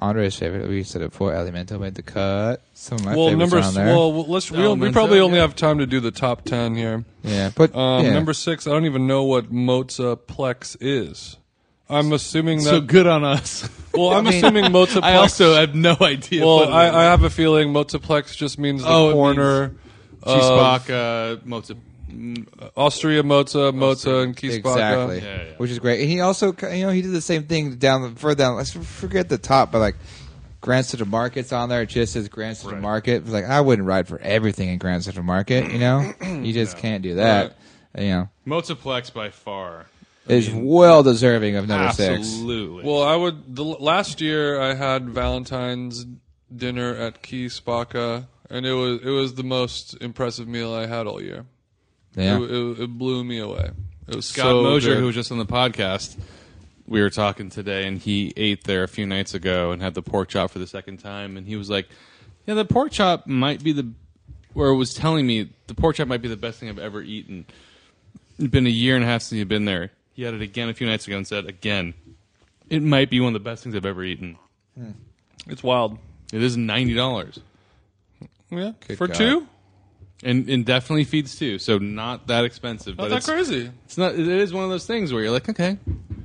Speaker 4: Andre's favorite, we said it before, Alimento made the cut. Some of my
Speaker 3: well,
Speaker 4: favorites
Speaker 3: number
Speaker 4: are on
Speaker 3: s-
Speaker 4: there.
Speaker 3: well, well, let's we'll, we
Speaker 5: Menzo,
Speaker 3: probably only
Speaker 5: yeah.
Speaker 3: have time to do the top ten here.
Speaker 4: yeah, but
Speaker 3: Um,
Speaker 4: yeah.
Speaker 3: Number six, I don't even know what Moza Plex is. I'm assuming that.
Speaker 5: so good on us.
Speaker 3: well, I'm
Speaker 4: I mean-
Speaker 3: assuming Moza Plex.
Speaker 5: I also have no idea. what
Speaker 3: well,
Speaker 5: it
Speaker 3: I,
Speaker 5: is.
Speaker 3: I have a feeling Mozaplex just means the
Speaker 5: Oh, it
Speaker 3: corner. of
Speaker 5: Cheesebach, uh, Mozart. mm,
Speaker 3: Austria Moza, Moza, and Kiesbach.
Speaker 4: exactly,
Speaker 5: Yeah, yeah.
Speaker 4: which is great. And he also, ca- you know, he did the same thing down the further down. Let's forget the top, but like. Grand Central Market's on there. It just says Grand Central
Speaker 5: Right.
Speaker 4: Market. Like I wouldn't ride for everything in Grand Central Market. You know, you just can't do that. You know,
Speaker 5: Mozartplex by far.
Speaker 4: is well deserving of number six.
Speaker 5: Absolutely.
Speaker 3: Well, I would. The, l- last year, I had Valentine's dinner at Kiesbach, and it was it was the most impressive meal I had all year.
Speaker 4: Yeah.
Speaker 3: It, it, it blew me away. It was
Speaker 5: Scott
Speaker 3: so
Speaker 5: Mosier,
Speaker 3: good.
Speaker 5: who was just on the podcast, we were talking today, and he ate there a few nights ago and had the pork chop for the second time, and he was like, "Yeah, the pork chop might be the," or was telling me the pork chop might be the best thing I've ever eaten. It's been a year and a half since he'd been there. He had it again a few nights ago and said, "Again, it might be one of the best things I've ever eaten."
Speaker 3: it's wild.
Speaker 5: It is ninety dollars,
Speaker 3: Yeah,
Speaker 4: Good
Speaker 3: for
Speaker 4: God.
Speaker 3: two,
Speaker 5: and and definitely feeds too, so not that expensive.
Speaker 3: not
Speaker 5: but
Speaker 3: that
Speaker 5: it's,
Speaker 3: crazy.
Speaker 5: it's not. It is one of those things where you're like, okay,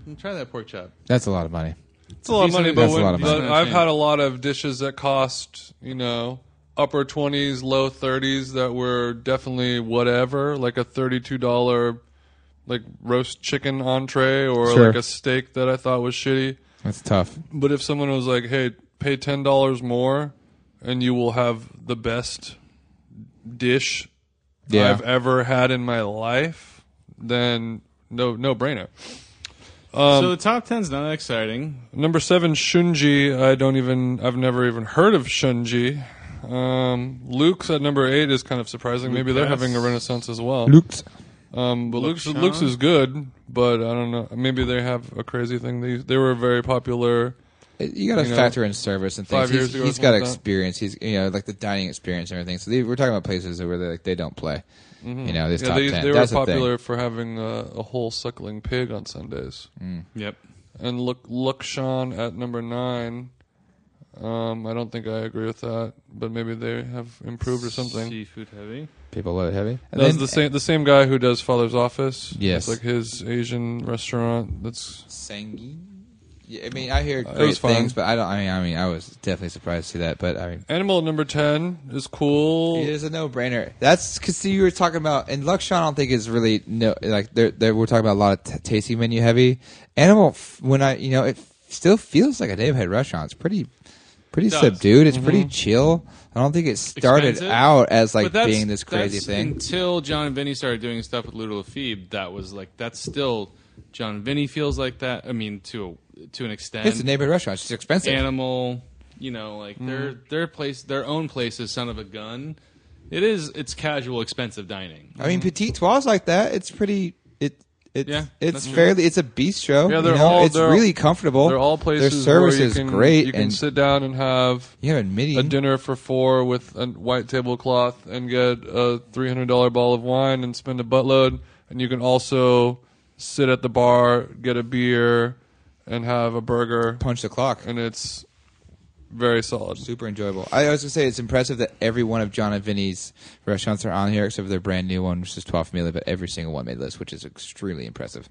Speaker 5: I'll try that pork chop.
Speaker 4: That's a lot of money.
Speaker 3: It's a lot of
Speaker 5: Decent-
Speaker 3: money, but,
Speaker 4: That's a
Speaker 3: when,
Speaker 4: lot of money.
Speaker 3: but I've had a lot of dishes that cost, you know, upper 20s, low 30s that were definitely whatever, like a $32 like roast chicken entree or
Speaker 4: Sure.
Speaker 3: like a steak that I thought was shitty.
Speaker 4: That's tough.
Speaker 3: But if someone was like, "Hey, pay $10 more and you will have the best dish
Speaker 4: Yeah.
Speaker 3: I've ever had in my life." then no no brainer.
Speaker 4: Um,
Speaker 5: so the top ten's not exciting.
Speaker 3: Number seven, Shunji. I don't even. I've never even heard of Shunji. Um, Luke's at number eight is kind of surprising. Maybe they're
Speaker 5: Lucas.
Speaker 3: having a renaissance as well.
Speaker 4: Luke's.
Speaker 3: Um, but Luke's,
Speaker 5: Luke
Speaker 3: Luke's
Speaker 5: Shaw?
Speaker 3: is good, but I don't know. Maybe they have a crazy thing. They they were very popular.
Speaker 4: You got to
Speaker 3: You know,
Speaker 4: factor in service and
Speaker 3: five
Speaker 4: things.
Speaker 3: years
Speaker 4: He's-
Speaker 3: ago or
Speaker 4: he's got
Speaker 3: something like that.
Speaker 4: experience. He's you know like the dining experience and everything. So they, we're talking about places where they like, they don't play. You know, this
Speaker 3: Mm-hmm. Yeah,
Speaker 4: top
Speaker 3: they,
Speaker 4: ten.
Speaker 3: they were
Speaker 4: That's the
Speaker 3: popular for having uh, a, a whole suckling pig on Sundays.
Speaker 4: Mm.
Speaker 5: Yep.
Speaker 3: And look, look, Sean at number nine. Um, I don't think I agree with that, but maybe they have improved or something.
Speaker 5: Seafood heavy.
Speaker 4: thing. People love it heavy. And
Speaker 3: That's
Speaker 4: then
Speaker 3: the same the same guy who does Father's Office.
Speaker 4: Yes.
Speaker 3: it's like his Asian restaurant. That's
Speaker 4: Sangi. Yeah, I mean, I hear
Speaker 3: Uh, was
Speaker 4: great
Speaker 3: fine.
Speaker 4: things, but I don't. I mean, I mean, I was definitely surprised to see that. But I mean,
Speaker 3: Animal at number ten is cool.
Speaker 4: It is a no-brainer. That's because you were talking about, and Luxshot I don't think is really no like they're, they we're talking about a lot of t- tasting menu heavy. Animal f- when I you know it f- still feels like a neighborhood restaurant. It's pretty pretty
Speaker 5: does. Mm-hmm.
Speaker 4: subdued. It's pretty chill. I don't think it started
Speaker 5: Expensive?
Speaker 4: out as like
Speaker 5: But that's-
Speaker 4: being this crazy
Speaker 5: that's
Speaker 4: thing.
Speaker 5: Until John and Vinny started doing stuff with Ludo Lafebe, that was like that's still John and Vinny feels like that. I mean, to a, to an extent,
Speaker 4: it's Mm. a neighborhood restaurant. It's just expensive.
Speaker 5: animal. You know, like their their place, their own place is son of a gun. It is. It's casual, expensive dining.
Speaker 4: I mean, Petit Tois like that. It's pretty. It. It's,
Speaker 5: Yeah, that's
Speaker 4: it's
Speaker 5: true.
Speaker 4: fairly it's a bistro.
Speaker 3: Yeah, they're
Speaker 4: you know?
Speaker 3: all-
Speaker 4: it's
Speaker 3: they're-
Speaker 4: really comfortable.
Speaker 3: They're all places.
Speaker 4: Their service
Speaker 3: where you
Speaker 4: is
Speaker 3: can,
Speaker 4: great,
Speaker 3: You can
Speaker 4: and
Speaker 3: sit down and have
Speaker 4: you have a meeting.
Speaker 3: a dinner for four with a white tablecloth and get a three hundred dollar bottle of wine and spend a buttload. And you can also sit at the bar, get a beer, and have a burger.
Speaker 4: punch the clock.
Speaker 3: And it's very solid.
Speaker 4: Super enjoyable. I was gonna say it's impressive that every one of John and Vinny's restaurants are on here except for their brand new one, which is Twelve Familia, but every single one made the list, which is extremely impressive.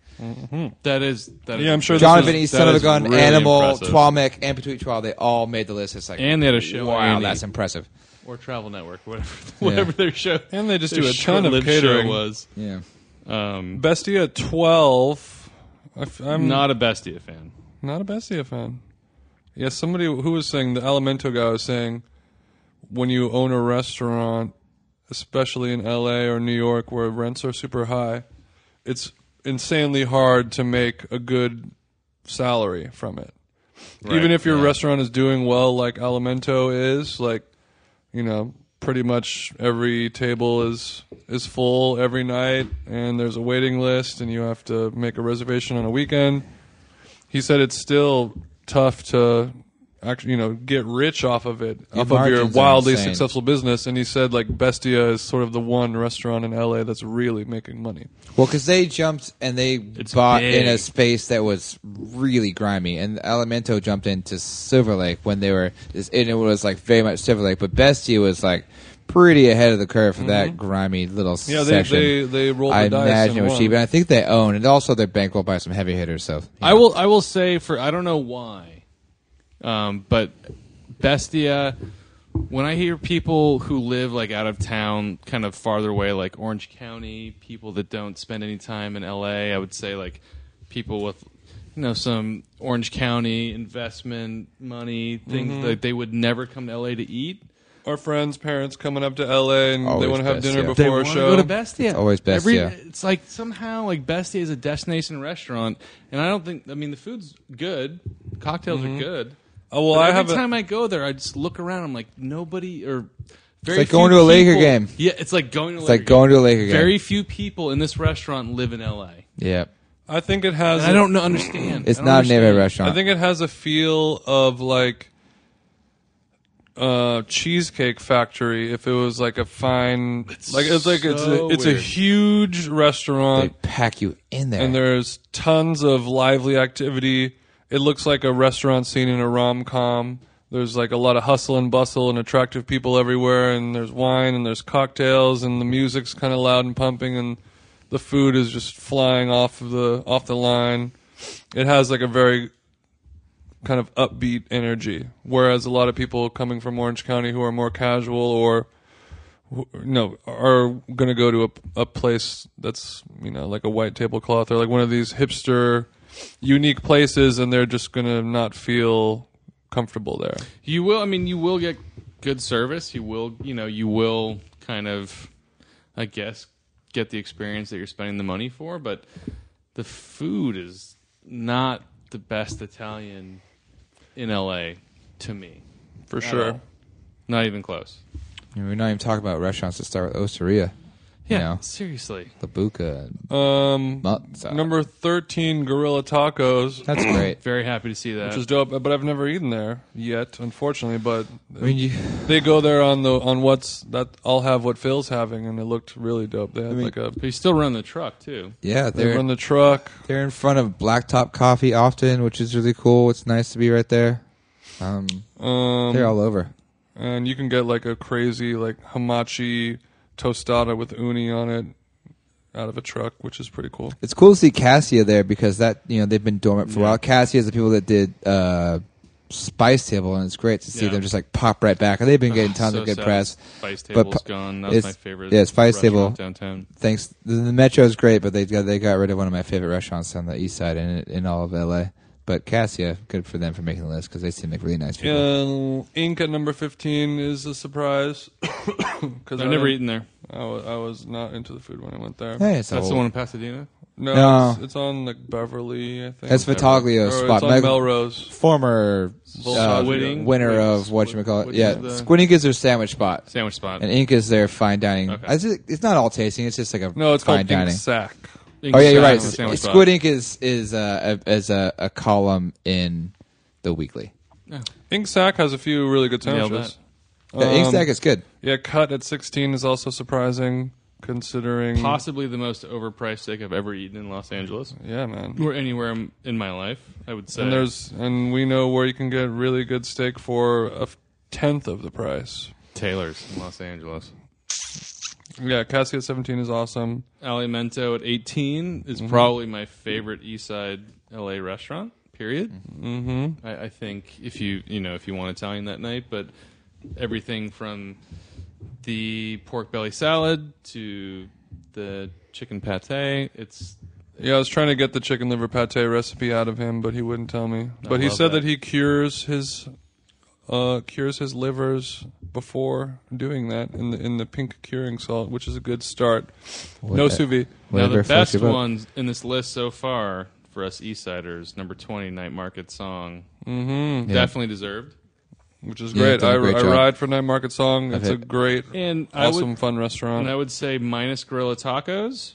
Speaker 5: That is. That is
Speaker 3: Yeah, I'm sure
Speaker 4: John and
Speaker 3: this is-
Speaker 4: Vinny's,
Speaker 5: that
Speaker 4: Son of a
Speaker 5: is
Speaker 4: Gun,
Speaker 5: really
Speaker 4: Animal,
Speaker 5: impressive.
Speaker 4: Twalmec, and Petite Trois, they all made the list. It's like
Speaker 5: And they had a show
Speaker 4: Wow,
Speaker 5: on Andy.
Speaker 4: that's impressive.
Speaker 5: or Travel Network, whatever, whatever their show.
Speaker 3: And they just
Speaker 5: their
Speaker 3: do a ton of
Speaker 5: short-lived
Speaker 3: catering.
Speaker 5: Show was
Speaker 4: Yeah.
Speaker 5: um,
Speaker 3: Bestia at twelve. I f- I'm
Speaker 5: not a Bestia fan.
Speaker 3: Not a Bestia fan. Yeah, somebody who was saying the Alimento guy was saying when you own a restaurant, especially in LA or New York where rents are super high, it's insanely hard to make a good salary from it. Even if your restaurant is doing well like Alimento is, like you know, pretty much every table is is full every night and there's a waiting list and you have to make a reservation on a weekend he said it's still tough to actually you know get rich off of it off of your
Speaker 4: margins are
Speaker 3: wildly
Speaker 4: insane.
Speaker 3: successful business and he said like bestia is sort of the one restaurant in la that's really making money
Speaker 4: Well, because they jumped and they bought
Speaker 5: big.
Speaker 4: in a space that was really grimy, and Alimento jumped into Silver Lake when they were, and it was like very much Silver Lake, but Bestie was like pretty ahead of the curve for
Speaker 5: Mm-hmm.
Speaker 4: that grimy little
Speaker 3: yeah they
Speaker 4: section.
Speaker 3: they, they rolled the
Speaker 4: I
Speaker 3: dice
Speaker 4: imagine it
Speaker 3: and
Speaker 4: was
Speaker 3: won.
Speaker 4: cheap, and I think they own, and also they're bankrolled by some heavy hitters. So
Speaker 5: I will. I will say for I don't know why, um, but Bestia. When I hear people who live like out of town, kind of farther away, like Orange County, people that don't spend any time in LA, I would say like people with you know some Orange County investment money things that they would never come to LA to eat.
Speaker 3: our friends parents coming up to la and
Speaker 4: Always
Speaker 3: they want to have dinner
Speaker 4: Bestia.
Speaker 5: They
Speaker 3: before a
Speaker 5: wanna
Speaker 3: show
Speaker 5: go to Bestia.
Speaker 4: It's always Bestia.
Speaker 5: it's like somehow like Bestia is a destination restaurant, and I don't think I mean the food's good, cocktails are good.
Speaker 3: oh well
Speaker 5: But
Speaker 3: i
Speaker 5: every
Speaker 3: have a,
Speaker 5: time Mm-hmm. I go there, I just look around. I'm like nobody or very
Speaker 4: like
Speaker 5: few
Speaker 4: going to a Laker
Speaker 5: people-
Speaker 4: game.
Speaker 5: Yeah, it's like going to
Speaker 4: it's like going to a Laker game.
Speaker 5: Very few people in this restaurant live in LA.
Speaker 4: yeah,
Speaker 3: i think it has
Speaker 5: And I
Speaker 3: a-
Speaker 5: don't know, understand.
Speaker 4: it's
Speaker 5: I don't
Speaker 4: not a neighborhood
Speaker 5: understand.
Speaker 4: restaurant.
Speaker 3: I think it has a feel of like uh cheesecake factory if it was like a fine like it's like it's a,
Speaker 5: so
Speaker 3: it's a
Speaker 5: weird.
Speaker 3: huge
Speaker 4: they
Speaker 3: restaurant
Speaker 4: pack you in there.
Speaker 3: uh, and there's tons of lively activity it looks like a restaurant scene in a rom-com there's like a lot of hustle and bustle and attractive people everywhere and there's wine and there's cocktails and the music's kind of loud and pumping and the food is just flying off of the off the line it has like a very kind of upbeat energy. Whereas a lot of people coming from Orange County who are more casual or who- no are going to go to a, a place that's you know like a white tablecloth or like one of these hipster unique places and they're just going to not feel comfortable there.
Speaker 5: You will. I mean, you will get good service. You will. You know. You will kind of, I guess, get the experience that you're spending the money for, but the food is not the best Italian in LA to me.
Speaker 3: for sure.
Speaker 5: all. Not even close.
Speaker 4: We're not even talking about restaurants to start with Osteria.
Speaker 5: Yeah,
Speaker 4: You know,
Speaker 5: seriously.
Speaker 4: Labuca, and
Speaker 3: Um,
Speaker 4: Mozza.
Speaker 3: number thirteen, Gorilla Tacos,
Speaker 4: That's great.
Speaker 5: Very happy to see that.
Speaker 3: which is dope. But I've never eaten there yet, unfortunately. But
Speaker 4: I mean, you,
Speaker 3: they go there on the on what's that. I'll have what Phil's having, and it looked really dope. They had like a
Speaker 5: but you still run the truck too.
Speaker 4: yeah,
Speaker 3: they
Speaker 4: they're
Speaker 3: run the truck.
Speaker 4: they're in front of Blacktop Coffee often, which is really cool. It's nice to be right there. Um,
Speaker 3: Um,
Speaker 4: they're all over.
Speaker 3: and you can get like a crazy like hamachi tostada with uni on it out of a truck, which is pretty cool.
Speaker 4: It's cool to see Cassia there because that you know they've been dormant for a while. Cassia is the people that did uh, Spice Table, and it's great to see
Speaker 5: Yeah.
Speaker 4: them just like pop right back. And they've been getting tons
Speaker 5: so
Speaker 4: of good
Speaker 5: sad.
Speaker 4: press.
Speaker 5: Spice
Speaker 4: But
Speaker 5: table's
Speaker 4: pu-
Speaker 5: gone. That was
Speaker 4: it's-
Speaker 5: my favorite.
Speaker 4: yeah, Spice
Speaker 5: restaurant
Speaker 4: Table.
Speaker 5: downtown.
Speaker 4: Thanks, the, the Metro is great, but they got they got rid of one of my favorite restaurants on the East Side in in all of LA. But Cassia, good for them for making the list because they seem like really nice people.
Speaker 3: And Ink at number fifteen is a surprise because
Speaker 5: I've never eaten there.
Speaker 3: I wa- I was not into the food when I went there.
Speaker 4: Hey, it's
Speaker 5: That's
Speaker 4: all-
Speaker 5: the one in Pasadena.
Speaker 3: No,
Speaker 4: No.
Speaker 3: It's, it's on like Beverly, I think.
Speaker 4: That's Vitaglio's
Speaker 3: Or
Speaker 4: spot.
Speaker 3: It's on
Speaker 4: Meg-
Speaker 3: Melrose.
Speaker 4: former uh,
Speaker 3: Volkswagen. Whitting?
Speaker 4: winner of
Speaker 5: Whitting's-
Speaker 4: what you call it.
Speaker 5: which
Speaker 4: Yeah,
Speaker 5: is the-
Speaker 4: Squid Ink is their sandwich spot,
Speaker 5: Sandwich spot.
Speaker 4: and Ink is their fine dining.
Speaker 5: Okay.
Speaker 4: I just- it's not all tasting; it's just like a
Speaker 3: No, it's called
Speaker 4: fine dining.
Speaker 3: Ink Sack.
Speaker 4: Oh yeah, you're right.
Speaker 5: Sandwich
Speaker 4: S-
Speaker 5: spot.
Speaker 4: Squid Ink is is uh, a, as a, a column in the Weekly.
Speaker 3: Ink Sack has a few really good
Speaker 5: Nailed
Speaker 3: sandwiches.
Speaker 4: Yeah,
Speaker 5: Um,
Speaker 4: Ink Stack is good.
Speaker 3: Yeah, Cut at sixteen is also surprising, considering.
Speaker 5: Possibly the most overpriced steak I've ever eaten in Los Angeles
Speaker 3: yeah, man.
Speaker 5: or anywhere in- in my life. I would say.
Speaker 3: And there's and we know where you can get really good steak for a f- tenth of the price.
Speaker 5: Taylor's in Los Angeles.
Speaker 3: Yeah, Cassie at seventeen is awesome.
Speaker 5: Alimento at 18 is probably my favorite East Side LA restaurant. Period. Mm-hmm. I, I think if you you know if you want Italian that night, but everything from the pork belly salad to the chicken pate, it's
Speaker 3: Yeah, I was trying to get the chicken liver pate recipe out of him, but he wouldn't tell me. but he
Speaker 5: love
Speaker 3: said that.
Speaker 5: that.
Speaker 3: he cures his uh, cures his livers before doing that in the in the pink curing salt, which is a good start. no
Speaker 4: What- uh,
Speaker 3: sous vide.
Speaker 5: now the
Speaker 4: Whatever floats
Speaker 5: best
Speaker 4: your boat.
Speaker 5: ones in this list so far for us East Siders. Number 20, Night Market Song,
Speaker 3: Mm-hmm.
Speaker 5: definitely deserved.
Speaker 3: Which is
Speaker 4: Yeah,
Speaker 3: great.
Speaker 4: done
Speaker 3: I,
Speaker 4: a great
Speaker 3: I
Speaker 4: job.
Speaker 3: ride for Night Market Song.
Speaker 4: I've
Speaker 3: It's a
Speaker 4: hit-
Speaker 3: great,
Speaker 5: And I would
Speaker 3: awesome, fun restaurant.
Speaker 5: And I would say minus Gorilla Tacos,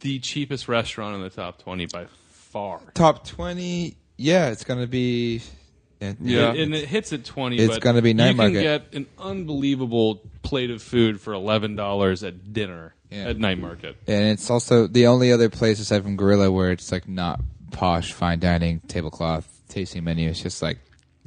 Speaker 5: the cheapest restaurant in the top twenty by far.
Speaker 4: Top twenty. Yeah, it's gonna be. Yeah,
Speaker 3: Yeah.
Speaker 5: And, and it hits at twenty.
Speaker 4: It's
Speaker 5: but
Speaker 4: gonna be night
Speaker 5: You
Speaker 4: market.
Speaker 5: can get an unbelievable plate of food for eleven dollars at dinner
Speaker 4: Yeah.
Speaker 5: at night market.
Speaker 4: and it's also the only other place aside from Gorilla where it's like not posh fine dining tablecloth tasting menu. It's just like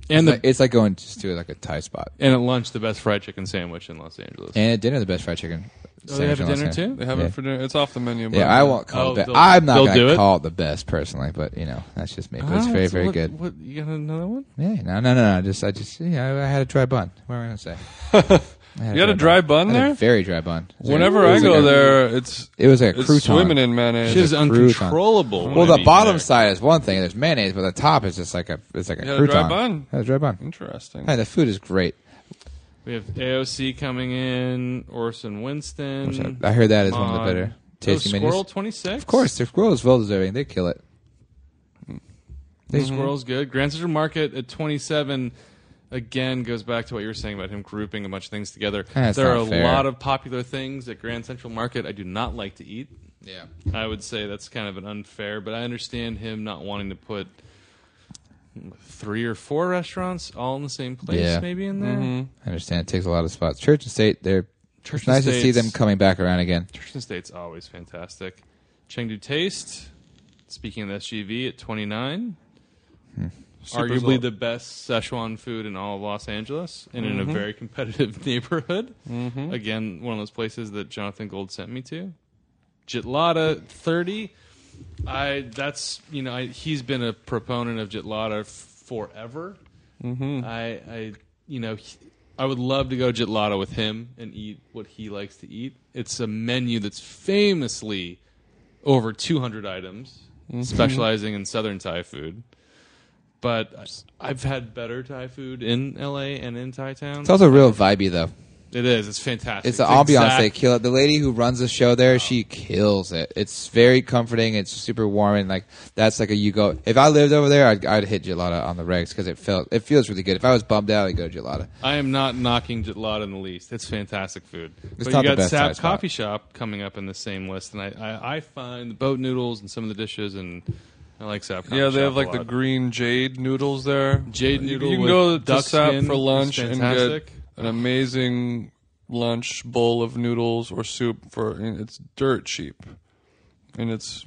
Speaker 5: And
Speaker 4: it's,
Speaker 5: the,
Speaker 4: like, it's like going just to like a Thai spot.
Speaker 5: and at lunch, the best fried chicken sandwich in Los Angeles.
Speaker 4: And at dinner, the best fried chicken.
Speaker 5: Oh, they have
Speaker 4: sandwich in Los
Speaker 5: dinner
Speaker 4: Angeles.
Speaker 5: too.
Speaker 3: they have
Speaker 4: yeah.
Speaker 3: it for dinner. It's off the menu. but-
Speaker 4: Yeah, I won't call
Speaker 5: Oh,
Speaker 4: it. The,
Speaker 5: they'll-
Speaker 4: I'm not
Speaker 5: they'll
Speaker 4: gonna
Speaker 5: do it?
Speaker 4: call it the best personally, but you know that's just me. But it's
Speaker 5: Oh,
Speaker 4: very,
Speaker 5: so
Speaker 4: very
Speaker 5: what-
Speaker 4: good.
Speaker 5: What you got another one?
Speaker 4: Yeah, no, no, no, no. I Just, I just, yeah, I had a dry bun. What am I gonna say? I
Speaker 3: You had a dry bun
Speaker 4: I had a
Speaker 3: there.
Speaker 4: very dry bun. It was like
Speaker 3: Whenever
Speaker 4: a- it
Speaker 3: I
Speaker 4: was like
Speaker 3: go
Speaker 4: a-
Speaker 3: there, it's
Speaker 4: it was like a
Speaker 3: it's
Speaker 4: crouton.
Speaker 3: swimming in mayonnaise.
Speaker 5: Shit is
Speaker 4: a crouton.
Speaker 5: uncontrollable. when
Speaker 4: well,
Speaker 5: I'm
Speaker 4: the
Speaker 5: eating
Speaker 4: bottom
Speaker 5: there.
Speaker 4: side is one thing. There's mayonnaise, but the top is just like a, it's like a
Speaker 3: You had a
Speaker 4: crouton.
Speaker 3: dry bun?
Speaker 4: I had a dry bun.
Speaker 3: Interesting.
Speaker 4: Hey, the food is great.
Speaker 5: We have AOC coming in, Orson
Speaker 3: Mm.
Speaker 5: Winston.
Speaker 4: Which I, I heard that is one of
Speaker 5: Mon-
Speaker 4: the better
Speaker 5: Oh,
Speaker 4: tasting menus.
Speaker 5: Squirrel
Speaker 4: Of
Speaker 5: twenty six. Of
Speaker 4: course, the squirrel is well deserving. They kill it.
Speaker 5: The
Speaker 4: Mm-hmm.
Speaker 5: Squirrel's good. Grand Central Market at 27 again goes back to what you were saying about him grouping a bunch of things together.
Speaker 4: Ah, That's
Speaker 5: there are
Speaker 4: not
Speaker 5: a
Speaker 4: fair.
Speaker 5: lot of popular things at Grand Central Market I do not like to eat.
Speaker 4: Yeah.
Speaker 5: I would say that's kind of an unfair, but I understand him not wanting to put three or four restaurants all in the same place
Speaker 4: Yeah. Mm-hmm.
Speaker 5: maybe in there.
Speaker 4: I understand. It takes a lot of spots. Church and state, they're.
Speaker 5: Church
Speaker 4: it's nice
Speaker 5: and
Speaker 4: to see
Speaker 5: State's-
Speaker 4: them coming back around again.
Speaker 5: Church and State's always fantastic. Chengdu Taste, speaking of SGV, at 29.
Speaker 3: Super's
Speaker 5: Arguably
Speaker 3: up.
Speaker 5: the best Szechuan food in all of Los Angeles and in a very competitive neighborhood. Again, one of those places that Jonathan Gold sent me to. Jitlada, 30. I that's you know I, he's been a proponent of Jitlada f- forever. Mm-hmm. I I you know he- I would love to go Jitlada with him and eat what he likes to eat. It's a menu that's famously over 200 items,
Speaker 4: Mm-hmm.
Speaker 5: specializing in southern Thai food. But I- I've had better Thai food in LA and in Thai town.
Speaker 4: It's also real vibey though.
Speaker 5: It is. It's fantastic.
Speaker 4: It's the ambiance. They
Speaker 5: exact-
Speaker 4: kill it. The lady who runs the show there, she kills it. It's very comforting. It's super warm and like that's like a you go. If I lived over there, I'd, I'd hit Gelada on the regs because it felt it feels really good. If I was bummed out, I'd go to Gelada.
Speaker 5: I am not knocking Jitlada in the least. It's fantastic food.
Speaker 4: It's
Speaker 5: but
Speaker 4: not
Speaker 5: you
Speaker 4: the
Speaker 5: got
Speaker 4: best Thai
Speaker 5: Sap
Speaker 4: spot.
Speaker 5: Coffee Shop coming up in the same list, and I, I, I find the boat noodles and some of the dishes, and I like Sap. Coffee
Speaker 3: Yeah, they
Speaker 5: Shop
Speaker 3: have
Speaker 5: a
Speaker 3: like the
Speaker 5: lot.
Speaker 3: green jade noodles there.
Speaker 5: Jade
Speaker 3: You-
Speaker 5: noodle
Speaker 3: You can
Speaker 5: with
Speaker 3: go to
Speaker 5: duck
Speaker 3: Sap
Speaker 5: skin
Speaker 3: for
Speaker 5: is
Speaker 3: lunch and get
Speaker 5: fantastic.
Speaker 3: an amazing lunch bowl of noodles or soup for. And it's dirt cheap, and it's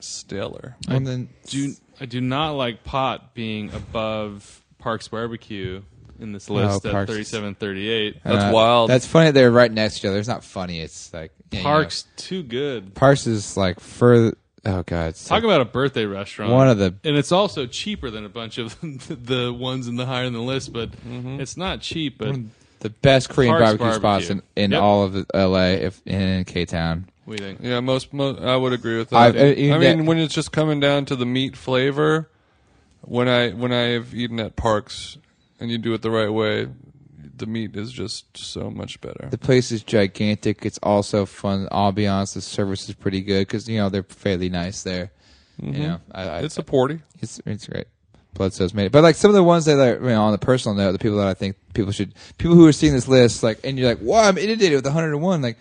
Speaker 3: stellar.
Speaker 4: And then
Speaker 5: do I do not like pot being above Parks Barbecue in this list at
Speaker 4: Oh, Parks Uh, is-
Speaker 5: thirty-seven, thirty-eight.
Speaker 3: That's wild.
Speaker 4: That's funny. They're right next to each other. It's not funny. It's like yeah, you know.
Speaker 5: Parks too good.
Speaker 4: Parks is like further. Oh god, it's
Speaker 5: Talk
Speaker 4: like
Speaker 5: about a birthday restaurant.
Speaker 4: one of the
Speaker 5: and it's also cheaper than a bunch of the ones in the higher in the list, but
Speaker 4: Mm-hmm.
Speaker 5: it's not cheap. But
Speaker 4: the best Korean
Speaker 5: Parks
Speaker 4: barbecue, spots in,
Speaker 5: barbecue.
Speaker 4: in
Speaker 5: Yep.
Speaker 4: all of L.A. If in K Town.
Speaker 5: we think
Speaker 3: Yeah, most, most I would agree with that.
Speaker 4: I've- uh,
Speaker 3: I
Speaker 4: you
Speaker 3: mean,
Speaker 4: get-
Speaker 3: when it's just coming down to the meat flavor, when I when I've eaten at parks and you do it the right way, the meat is just so much better.
Speaker 4: The place is gigantic. It's also fun ambiance. The service is pretty good because you know they're fairly nice there. You know, I, I,
Speaker 3: It's a porty.
Speaker 4: It's it's great. Bloodstones made it, but like some of the ones that are you know, on the personal note, the people that I think people should, people who are seeing this list, like, and you're like, wow, I'm inundated with 101, like,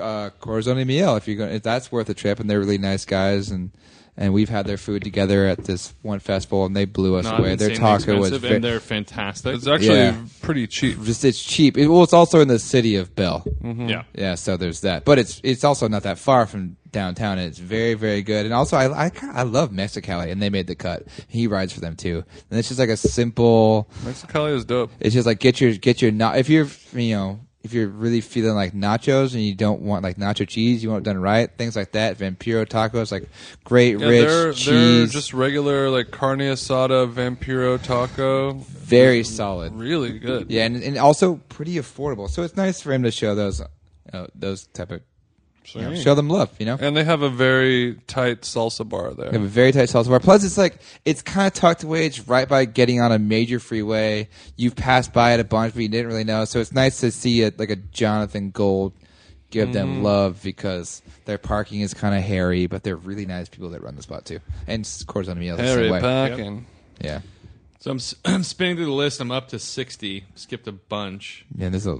Speaker 4: uh, Corazon Miel. If you're going, if that's worth a trip, and they're really nice guys, and and we've had their food together at this one festival, and they blew us
Speaker 5: not
Speaker 4: away. Their
Speaker 5: insanely
Speaker 4: taco was
Speaker 5: expensive,
Speaker 4: ve-
Speaker 5: and they're fantastic.
Speaker 3: It's actually
Speaker 4: Yeah.
Speaker 3: pretty cheap.
Speaker 4: just it's cheap. It, well, it's also in the city of Bell.
Speaker 5: yeah.
Speaker 4: Yeah, so there's that, but it's it's also not that far from downtown, and it's very very good. And also, I I, kinda, I love Mexicali, and they made the cut. He rides for them too, and it's just like a simple.
Speaker 3: Mexicali is dope.
Speaker 4: It's just like get your get your na- if you're you know if you're really feeling like nachos and you don't want like nacho cheese, you want it done right, things like that. Vampiro tacos, like great
Speaker 3: Yeah,
Speaker 4: rich
Speaker 3: they're they're
Speaker 4: cheese,
Speaker 3: just regular like carne asada, vampiro taco.
Speaker 4: very solid.
Speaker 3: Really good.
Speaker 4: Yeah, and, and also pretty affordable. So it's nice for him to show those uh, those type of you know, show them love. You know,
Speaker 3: And they have a very tight salsa bar there.
Speaker 4: They have a very tight salsa bar. Plus, it's like it's kind of tucked away. It's right by getting on a major freeway. You've passed by it a bunch, but you didn't really know. So it's nice to see it like a Jonathan Gold give
Speaker 5: Mm-hmm.
Speaker 4: them love because their parking is kind of hairy, but they're really nice people that run the spot too. And s- Corazon Meal the
Speaker 3: Harry
Speaker 4: same way.
Speaker 3: Packin.
Speaker 4: yeah,
Speaker 5: So I'm, s- I'm spinning through the list. I'm up to 60. Skipped a bunch.
Speaker 4: man, this is a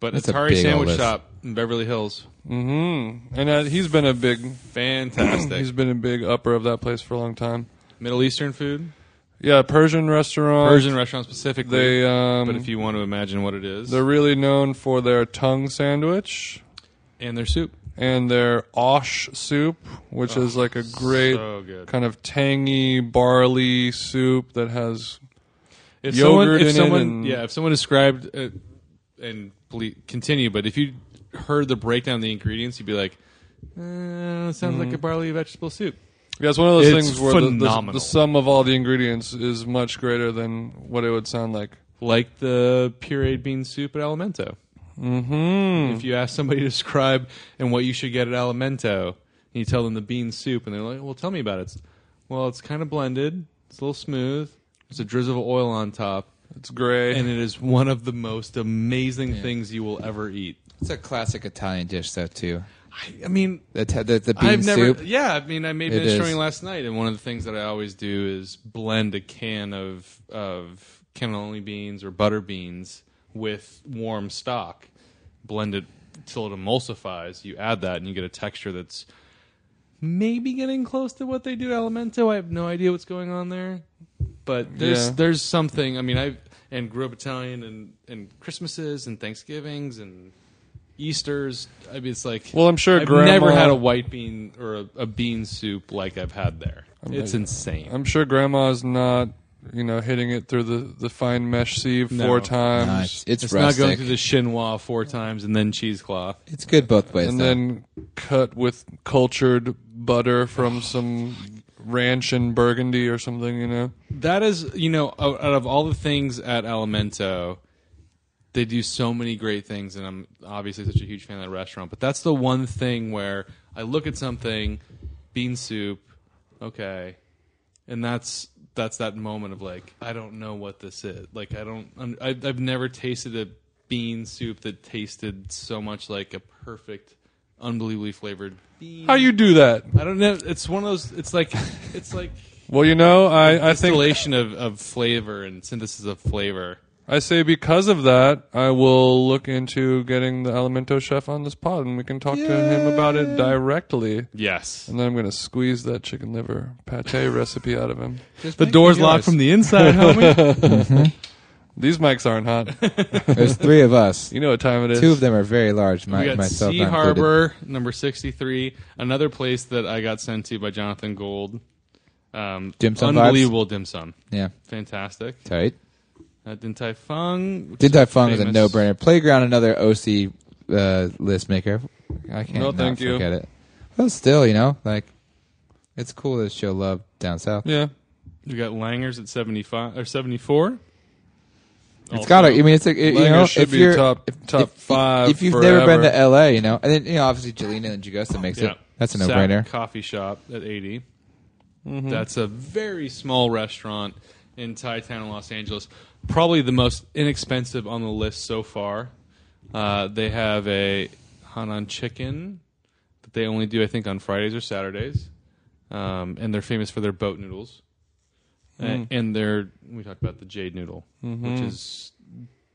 Speaker 5: But
Speaker 4: That's a
Speaker 5: Atari
Speaker 4: big old
Speaker 5: Sandwich
Speaker 4: list.
Speaker 5: Shop in Beverly Hills.
Speaker 3: Mm-hmm. And uh, he's been a big he's
Speaker 5: Fantastic.
Speaker 3: been a big upper of that place for a long time.
Speaker 5: Middle Eastern food.
Speaker 3: Yeah, Persian restaurant.
Speaker 5: Persian restaurant specifically.
Speaker 3: They um,
Speaker 5: but if you want to imagine what it is.
Speaker 3: They're really known for their tongue sandwich
Speaker 5: and their soup.
Speaker 3: and their osh soup, which is like a great
Speaker 5: Oh, so good.
Speaker 3: kind of tangy barley soup that has.
Speaker 5: If
Speaker 3: Yogurt in
Speaker 5: someone, if
Speaker 3: it
Speaker 5: someone
Speaker 3: and-
Speaker 5: yeah, if someone described uh, and ble- continue, but if you heard the breakdown of the ingredients, you'd be like, uh, sounds
Speaker 3: Mm-hmm.
Speaker 5: like a barley vegetable soup.
Speaker 3: Yeah, it's one of those
Speaker 5: It's
Speaker 3: things where the, the,
Speaker 5: phenomenal.
Speaker 3: the sum of all the ingredients is much greater than what it would sound like.
Speaker 5: Like the pureed bean soup at Alimento.
Speaker 3: Mm-hmm.
Speaker 5: If you ask somebody to describe and what you should get at Alimento, and you tell them the bean soup, and they're like, "Well, tell me about it." It's, well, it's kind of blended. It's a little smooth. There's a drizzle of oil on top,
Speaker 3: It's great.
Speaker 5: and it is one of the most amazing things you will ever eat.
Speaker 4: it's a classic Italian dish though too.
Speaker 5: I, I mean,
Speaker 4: The t- the, the bean
Speaker 5: I've never.
Speaker 4: soup.
Speaker 5: Yeah, I mean, I made
Speaker 4: It is.
Speaker 5: minestrone last night, and one of the things that I always do is blend a can of of cannelloni beans or butter beans with warm stock, blend it till it emulsifies. You add that, and you get a texture that's maybe getting close to what they do at Elemento. I have no idea what's going on there, but there's
Speaker 3: Yeah.
Speaker 5: there's something. I mean, I and grew up Italian, and and Christmases and Thanksgivings and. Easter's, I mean, it's like
Speaker 3: well, I'm sure
Speaker 5: I've
Speaker 3: grandma.
Speaker 5: never had a white bean or a, a bean soup like I've had there. it's insane.
Speaker 3: I'm sure grandma's not, you know, hitting it through the, the fine mesh sieve
Speaker 5: No.
Speaker 3: four times.
Speaker 4: No, it's it's,
Speaker 5: it's
Speaker 4: rustic.
Speaker 5: not going through the chinois four times and then cheesecloth.
Speaker 4: it's good both ways.
Speaker 3: and
Speaker 4: though.
Speaker 3: then cut with cultured butter from some ranch in Burgundy or something, you know.
Speaker 5: That is, you know, out out of all the things at Alimento, they do so many great things, and I'm obviously such a huge fan of that restaurant. But that's the one thing where I look at something, bean soup, okay, and that's that's that moment of like I don't know what this is. Like I don't, I'm, I, I've never tasted a bean soup that tasted so much like a perfect, unbelievably flavored bean.
Speaker 3: How you do that?
Speaker 5: I don't know. It's one of those. It's like it's like
Speaker 3: Well, you know, I, I think
Speaker 5: distillation of, of flavor and synthesis of flavor.
Speaker 3: I say because of that, I will look into getting the Alimento chef on this pod, and we can talk to him about it directly.
Speaker 5: Yes.
Speaker 3: And then I'm going to squeeze that chicken liver pate recipe out of him.
Speaker 5: The door's locked from the inside, homie.
Speaker 3: These mics aren't hot.
Speaker 4: There's three of us.
Speaker 3: You know what time it is.
Speaker 4: Two of them are very large. My,
Speaker 5: we got
Speaker 4: myself,
Speaker 5: Sea
Speaker 4: not included.
Speaker 5: Harbor, number 63. Another place that I got sent to by Jonathan Gold. Um,
Speaker 4: Dim sum vibes?
Speaker 5: Unbelievable dim sum.
Speaker 4: Yeah,
Speaker 5: Fantastic.
Speaker 4: tight.
Speaker 5: Uh, Din Tai Fung. which
Speaker 4: Did
Speaker 5: is
Speaker 4: I Fung is a
Speaker 5: famous-
Speaker 4: no-brainer. Playground, another OC uh, list maker. I can't
Speaker 3: No,
Speaker 4: not
Speaker 3: thank you.
Speaker 4: forget it. But still, you know, like it's cool to show love down south.
Speaker 3: Yeah.
Speaker 5: We got Langers at 75 or 74.
Speaker 4: It's got to. I mean, it's a, it, you
Speaker 3: Langer
Speaker 4: know,
Speaker 3: should
Speaker 4: if
Speaker 3: be
Speaker 4: you're
Speaker 3: top-
Speaker 4: if,
Speaker 3: top
Speaker 4: if-
Speaker 3: five
Speaker 4: If you've never been
Speaker 3: forever.
Speaker 4: to LA, you know, and then you know, obviously Jelena and Jugosta makes it. That's a
Speaker 5: Sack
Speaker 4: no-brainer.
Speaker 5: Coffee shop at 80. That's a very small restaurant in Thai Town, Los Angeles. Probably the most inexpensive on the list so far. Uh, they have a Hanan chicken that they only do, I think, on Fridays or Saturdays. Um, and they're famous for their boat noodles. A- And, they're, we talked about the jade noodle, which is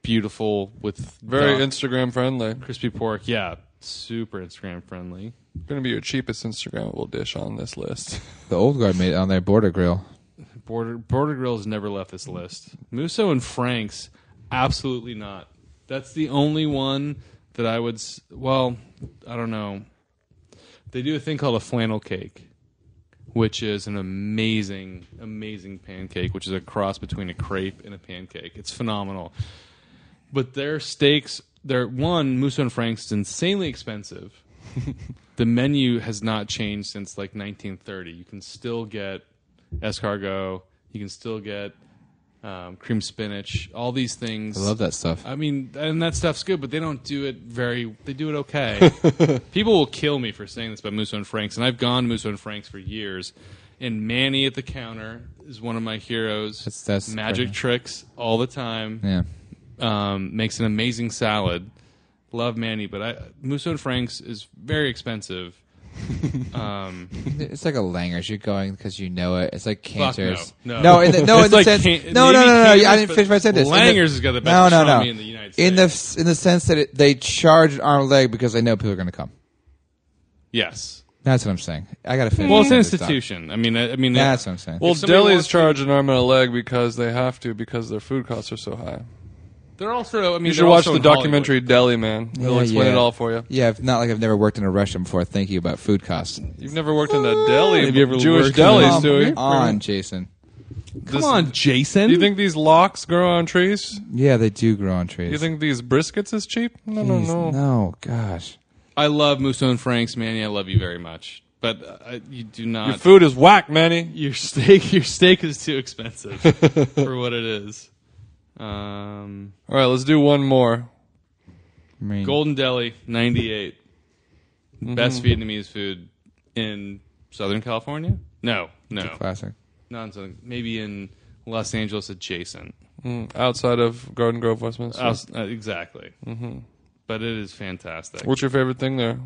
Speaker 5: beautiful with
Speaker 3: Very
Speaker 5: the
Speaker 3: Instagram friendly.
Speaker 5: crispy pork. Yeah, super Instagram friendly.
Speaker 3: Going to be your cheapest Instagrammable dish on this list.
Speaker 4: The old guard made it on their border grill.
Speaker 5: Border Border Grill has never left this list. Musso and Frank's, absolutely not. That's the only one that I would. s- Well, I don't know. They do a thing called a flannel cake, which is an amazing, amazing pancake, which is a cross between a crepe and a pancake. It's phenomenal. But their steaks, their one Musso and Frank's is insanely expensive. the menu has not changed since like 1930. You can still get escargot. You can still get um, cream spinach. All these things.
Speaker 4: I love that stuff.
Speaker 5: I mean, and that stuff's good, but they don't do it very. They do it okay. People will kill me for saying this about Musso and Franks, and I've gone to Musso and Franks for years. And Manny at the counter is one of my heroes.
Speaker 4: That's- that's
Speaker 5: magic
Speaker 4: great.
Speaker 5: tricks all the time.
Speaker 4: Yeah.
Speaker 5: Um, makes an amazing salad. Love Manny, but I, Musso and Franks is very expensive. um,
Speaker 4: It's like a langers. You're going because you know it. It's like Cantors.
Speaker 5: no.
Speaker 4: no, in the, no, in
Speaker 5: It's
Speaker 4: the
Speaker 5: like
Speaker 4: sense.
Speaker 5: Can-
Speaker 4: no, no,
Speaker 5: maybe
Speaker 4: no, no, no. I
Speaker 5: Cantors,
Speaker 4: didn't finish
Speaker 5: but
Speaker 4: my sentence. In the-
Speaker 5: Langers has got the best pastrami in the United
Speaker 4: In the
Speaker 5: States.
Speaker 4: in the sense that it, they charge an arm and leg because they know people are going to come.
Speaker 5: yes.
Speaker 4: That's what I'm saying. I got to finish.
Speaker 5: Well, it's
Speaker 4: this
Speaker 5: an
Speaker 4: stuff.
Speaker 5: institution. I mean, I, I mean,
Speaker 4: That's what I'm saying.
Speaker 3: Well,
Speaker 5: somebody
Speaker 3: delis
Speaker 5: wants to-
Speaker 3: charge an arm and a leg because they have to because their food costs are so high.
Speaker 5: they're also. I mean,
Speaker 3: You should watch the documentary Deli Man. It'll
Speaker 4: Yeah,
Speaker 3: explain
Speaker 4: yeah.
Speaker 3: it all for you.
Speaker 4: yeah, if not like I've never worked in a restaurant before. Thank you about food costs.
Speaker 3: You've never worked in a deli,
Speaker 5: Have you ever
Speaker 3: Jewish
Speaker 5: worked in a-
Speaker 3: deli,
Speaker 4: Come
Speaker 3: Stewie.
Speaker 4: on, Jason.
Speaker 5: Come on, Jason.
Speaker 3: Do you think these locks grow on trees?
Speaker 4: Yeah, they do grow on
Speaker 3: Do
Speaker 4: trees.
Speaker 3: you think these briskets is cheap? No, no,
Speaker 4: Jeez,
Speaker 3: no.
Speaker 4: no, gosh.
Speaker 5: I love Musso and Frank's, Manny. I love you very much, but uh, you do not.
Speaker 3: Your food is whack, Manny.
Speaker 5: your steak, your steak is too expensive for what it is. Um,
Speaker 3: All right, let's do one more.
Speaker 4: I mean,
Speaker 5: Golden Deli, ninety-eight, best Vietnamese food in Southern California. No, no,
Speaker 4: classic.
Speaker 5: not in Southern. Maybe in Los Angeles adjacent.
Speaker 3: Mm, outside of Garden Grove, Westminster.
Speaker 5: Uh, s- uh, exactly. But it is fantastic.
Speaker 3: What's your favorite thing there?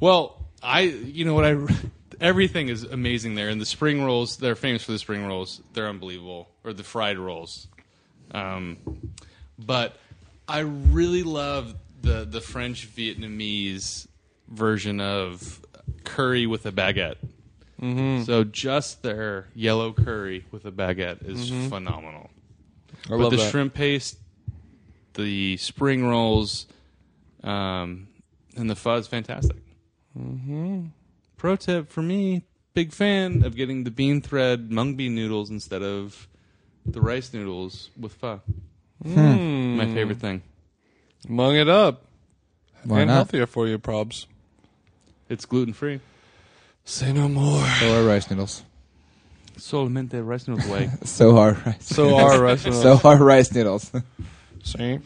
Speaker 5: Well, I you know what I everything is amazing there, and the spring rolls they're famous for the spring rolls. They're unbelievable, or the fried rolls. Um, but I really love the the French Vietnamese version of curry with a baguette. So just their yellow curry with a baguette is phenomenal.
Speaker 3: I
Speaker 5: But
Speaker 3: love
Speaker 5: the
Speaker 3: that.
Speaker 5: shrimp paste, the spring rolls, um, and the fuzz, fantastic. Mm-hmm. Pro tip for me: big fan of getting the bean thread mung bean noodles instead of the rice noodles with pho. My favorite thing.
Speaker 3: Hmm, Mung it up.
Speaker 4: Why
Speaker 3: and
Speaker 4: not?
Speaker 3: healthier for you, probs.
Speaker 5: It's gluten free.
Speaker 3: Say no more.
Speaker 4: So are rice noodles.
Speaker 5: Solamente rice noodles way.
Speaker 4: So are rice.
Speaker 3: So are restaurants.
Speaker 4: so are rice noodles.
Speaker 3: See?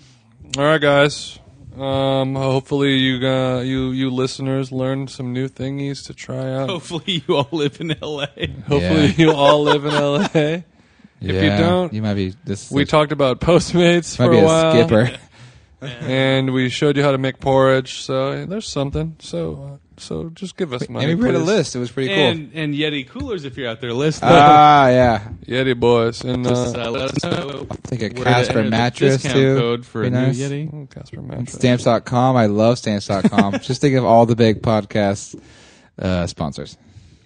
Speaker 3: All right, guys. Um, hopefully you uh, you you listeners learned some new thingies to try out.
Speaker 5: Hopefully, you all live in L.A.
Speaker 3: Hopefully
Speaker 4: Yeah.
Speaker 3: you all live in LA.
Speaker 4: if
Speaker 3: you don't,
Speaker 4: you might be this.
Speaker 3: We talked about Postmates
Speaker 4: might
Speaker 3: for
Speaker 4: be
Speaker 3: a
Speaker 4: a
Speaker 3: while.
Speaker 4: skipper.
Speaker 3: and we showed you how to make porridge. So eh, there's something. So uh, so just give us money.
Speaker 4: and we made a
Speaker 3: please.
Speaker 4: list. It was pretty cool.
Speaker 5: and and Yeti coolers if you're out there listening.
Speaker 4: Ah, yeah.
Speaker 3: Yeti boys and
Speaker 5: Just,
Speaker 3: uh,
Speaker 5: uh, let us know.
Speaker 4: I think a
Speaker 5: where to
Speaker 4: Casper
Speaker 5: enter the
Speaker 4: mattress
Speaker 5: discount
Speaker 4: too.
Speaker 5: Code for
Speaker 4: Be
Speaker 5: a new
Speaker 4: nice.
Speaker 5: Yeti.
Speaker 3: Casper Mattress.
Speaker 4: Stamps.com. I love stamps.com. Just think of all the big podcast uh, sponsors.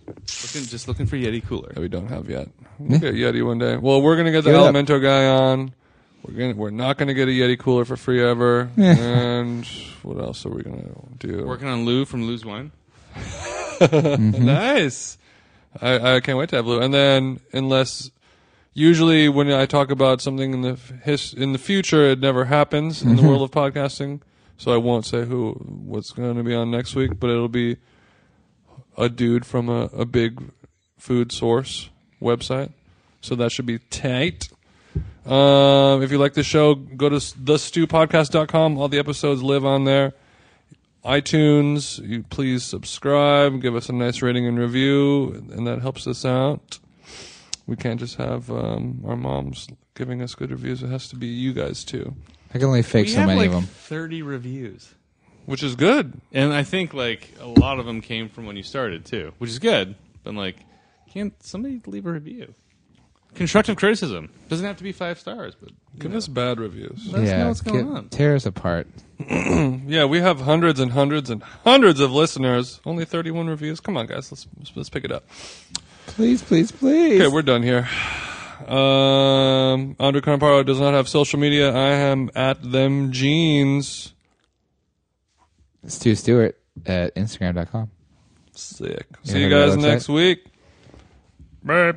Speaker 5: Looking, just looking for Yeti cooler.
Speaker 3: that we don't have yet. We'll get Yeti one day. Well, we're gonna get the
Speaker 4: Give it up.
Speaker 3: Elemento guy on. We're gonna we're not gonna get a Yeti cooler for free ever. and what else are we gonna do?
Speaker 5: Working on Lou from Lou's Wine. Nice.
Speaker 3: I, I can't wait to have Lou. And then unless usually when I talk about something in the f- his, in the future, it never happens in the world of podcasting. So I won't say who what's going to be on next week, but it'll be a dude from a, a big food source website. So that should be tight. Um, if you like the show, go to s- thestewpodcast.com. All the episodes live on there. iTunes, you please subscribe, give us a nice rating and review, and that helps us out. We can't just have um, our moms giving us good reviews. It has to be you guys too,
Speaker 4: I can only fake
Speaker 5: We
Speaker 4: so
Speaker 5: have
Speaker 4: many
Speaker 5: like
Speaker 4: of them.
Speaker 5: 30 reviews.
Speaker 3: which is good.
Speaker 5: And I think like a lot of them came from when you started too, which is good. But like, can't somebody leave a review? Constructive criticism doesn't have to be five stars, but
Speaker 3: Give us bad reviews.
Speaker 5: let us know what's going
Speaker 4: get-
Speaker 5: on.
Speaker 4: Tear us apart.
Speaker 3: Yeah, we have hundreds and hundreds and hundreds of listeners. Only 31 reviews. Come on, guys, let's let's- let's pick it up.
Speaker 4: Please, please, please.
Speaker 3: Okay, we're done here. Um, Andre Camparo does not have social media. I am at them jeans.
Speaker 4: It's Stu Stewart at Instagram.com.
Speaker 3: Sick. See
Speaker 4: Yeah,
Speaker 3: you
Speaker 4: have a
Speaker 3: guys
Speaker 4: website?
Speaker 3: next week. Bye.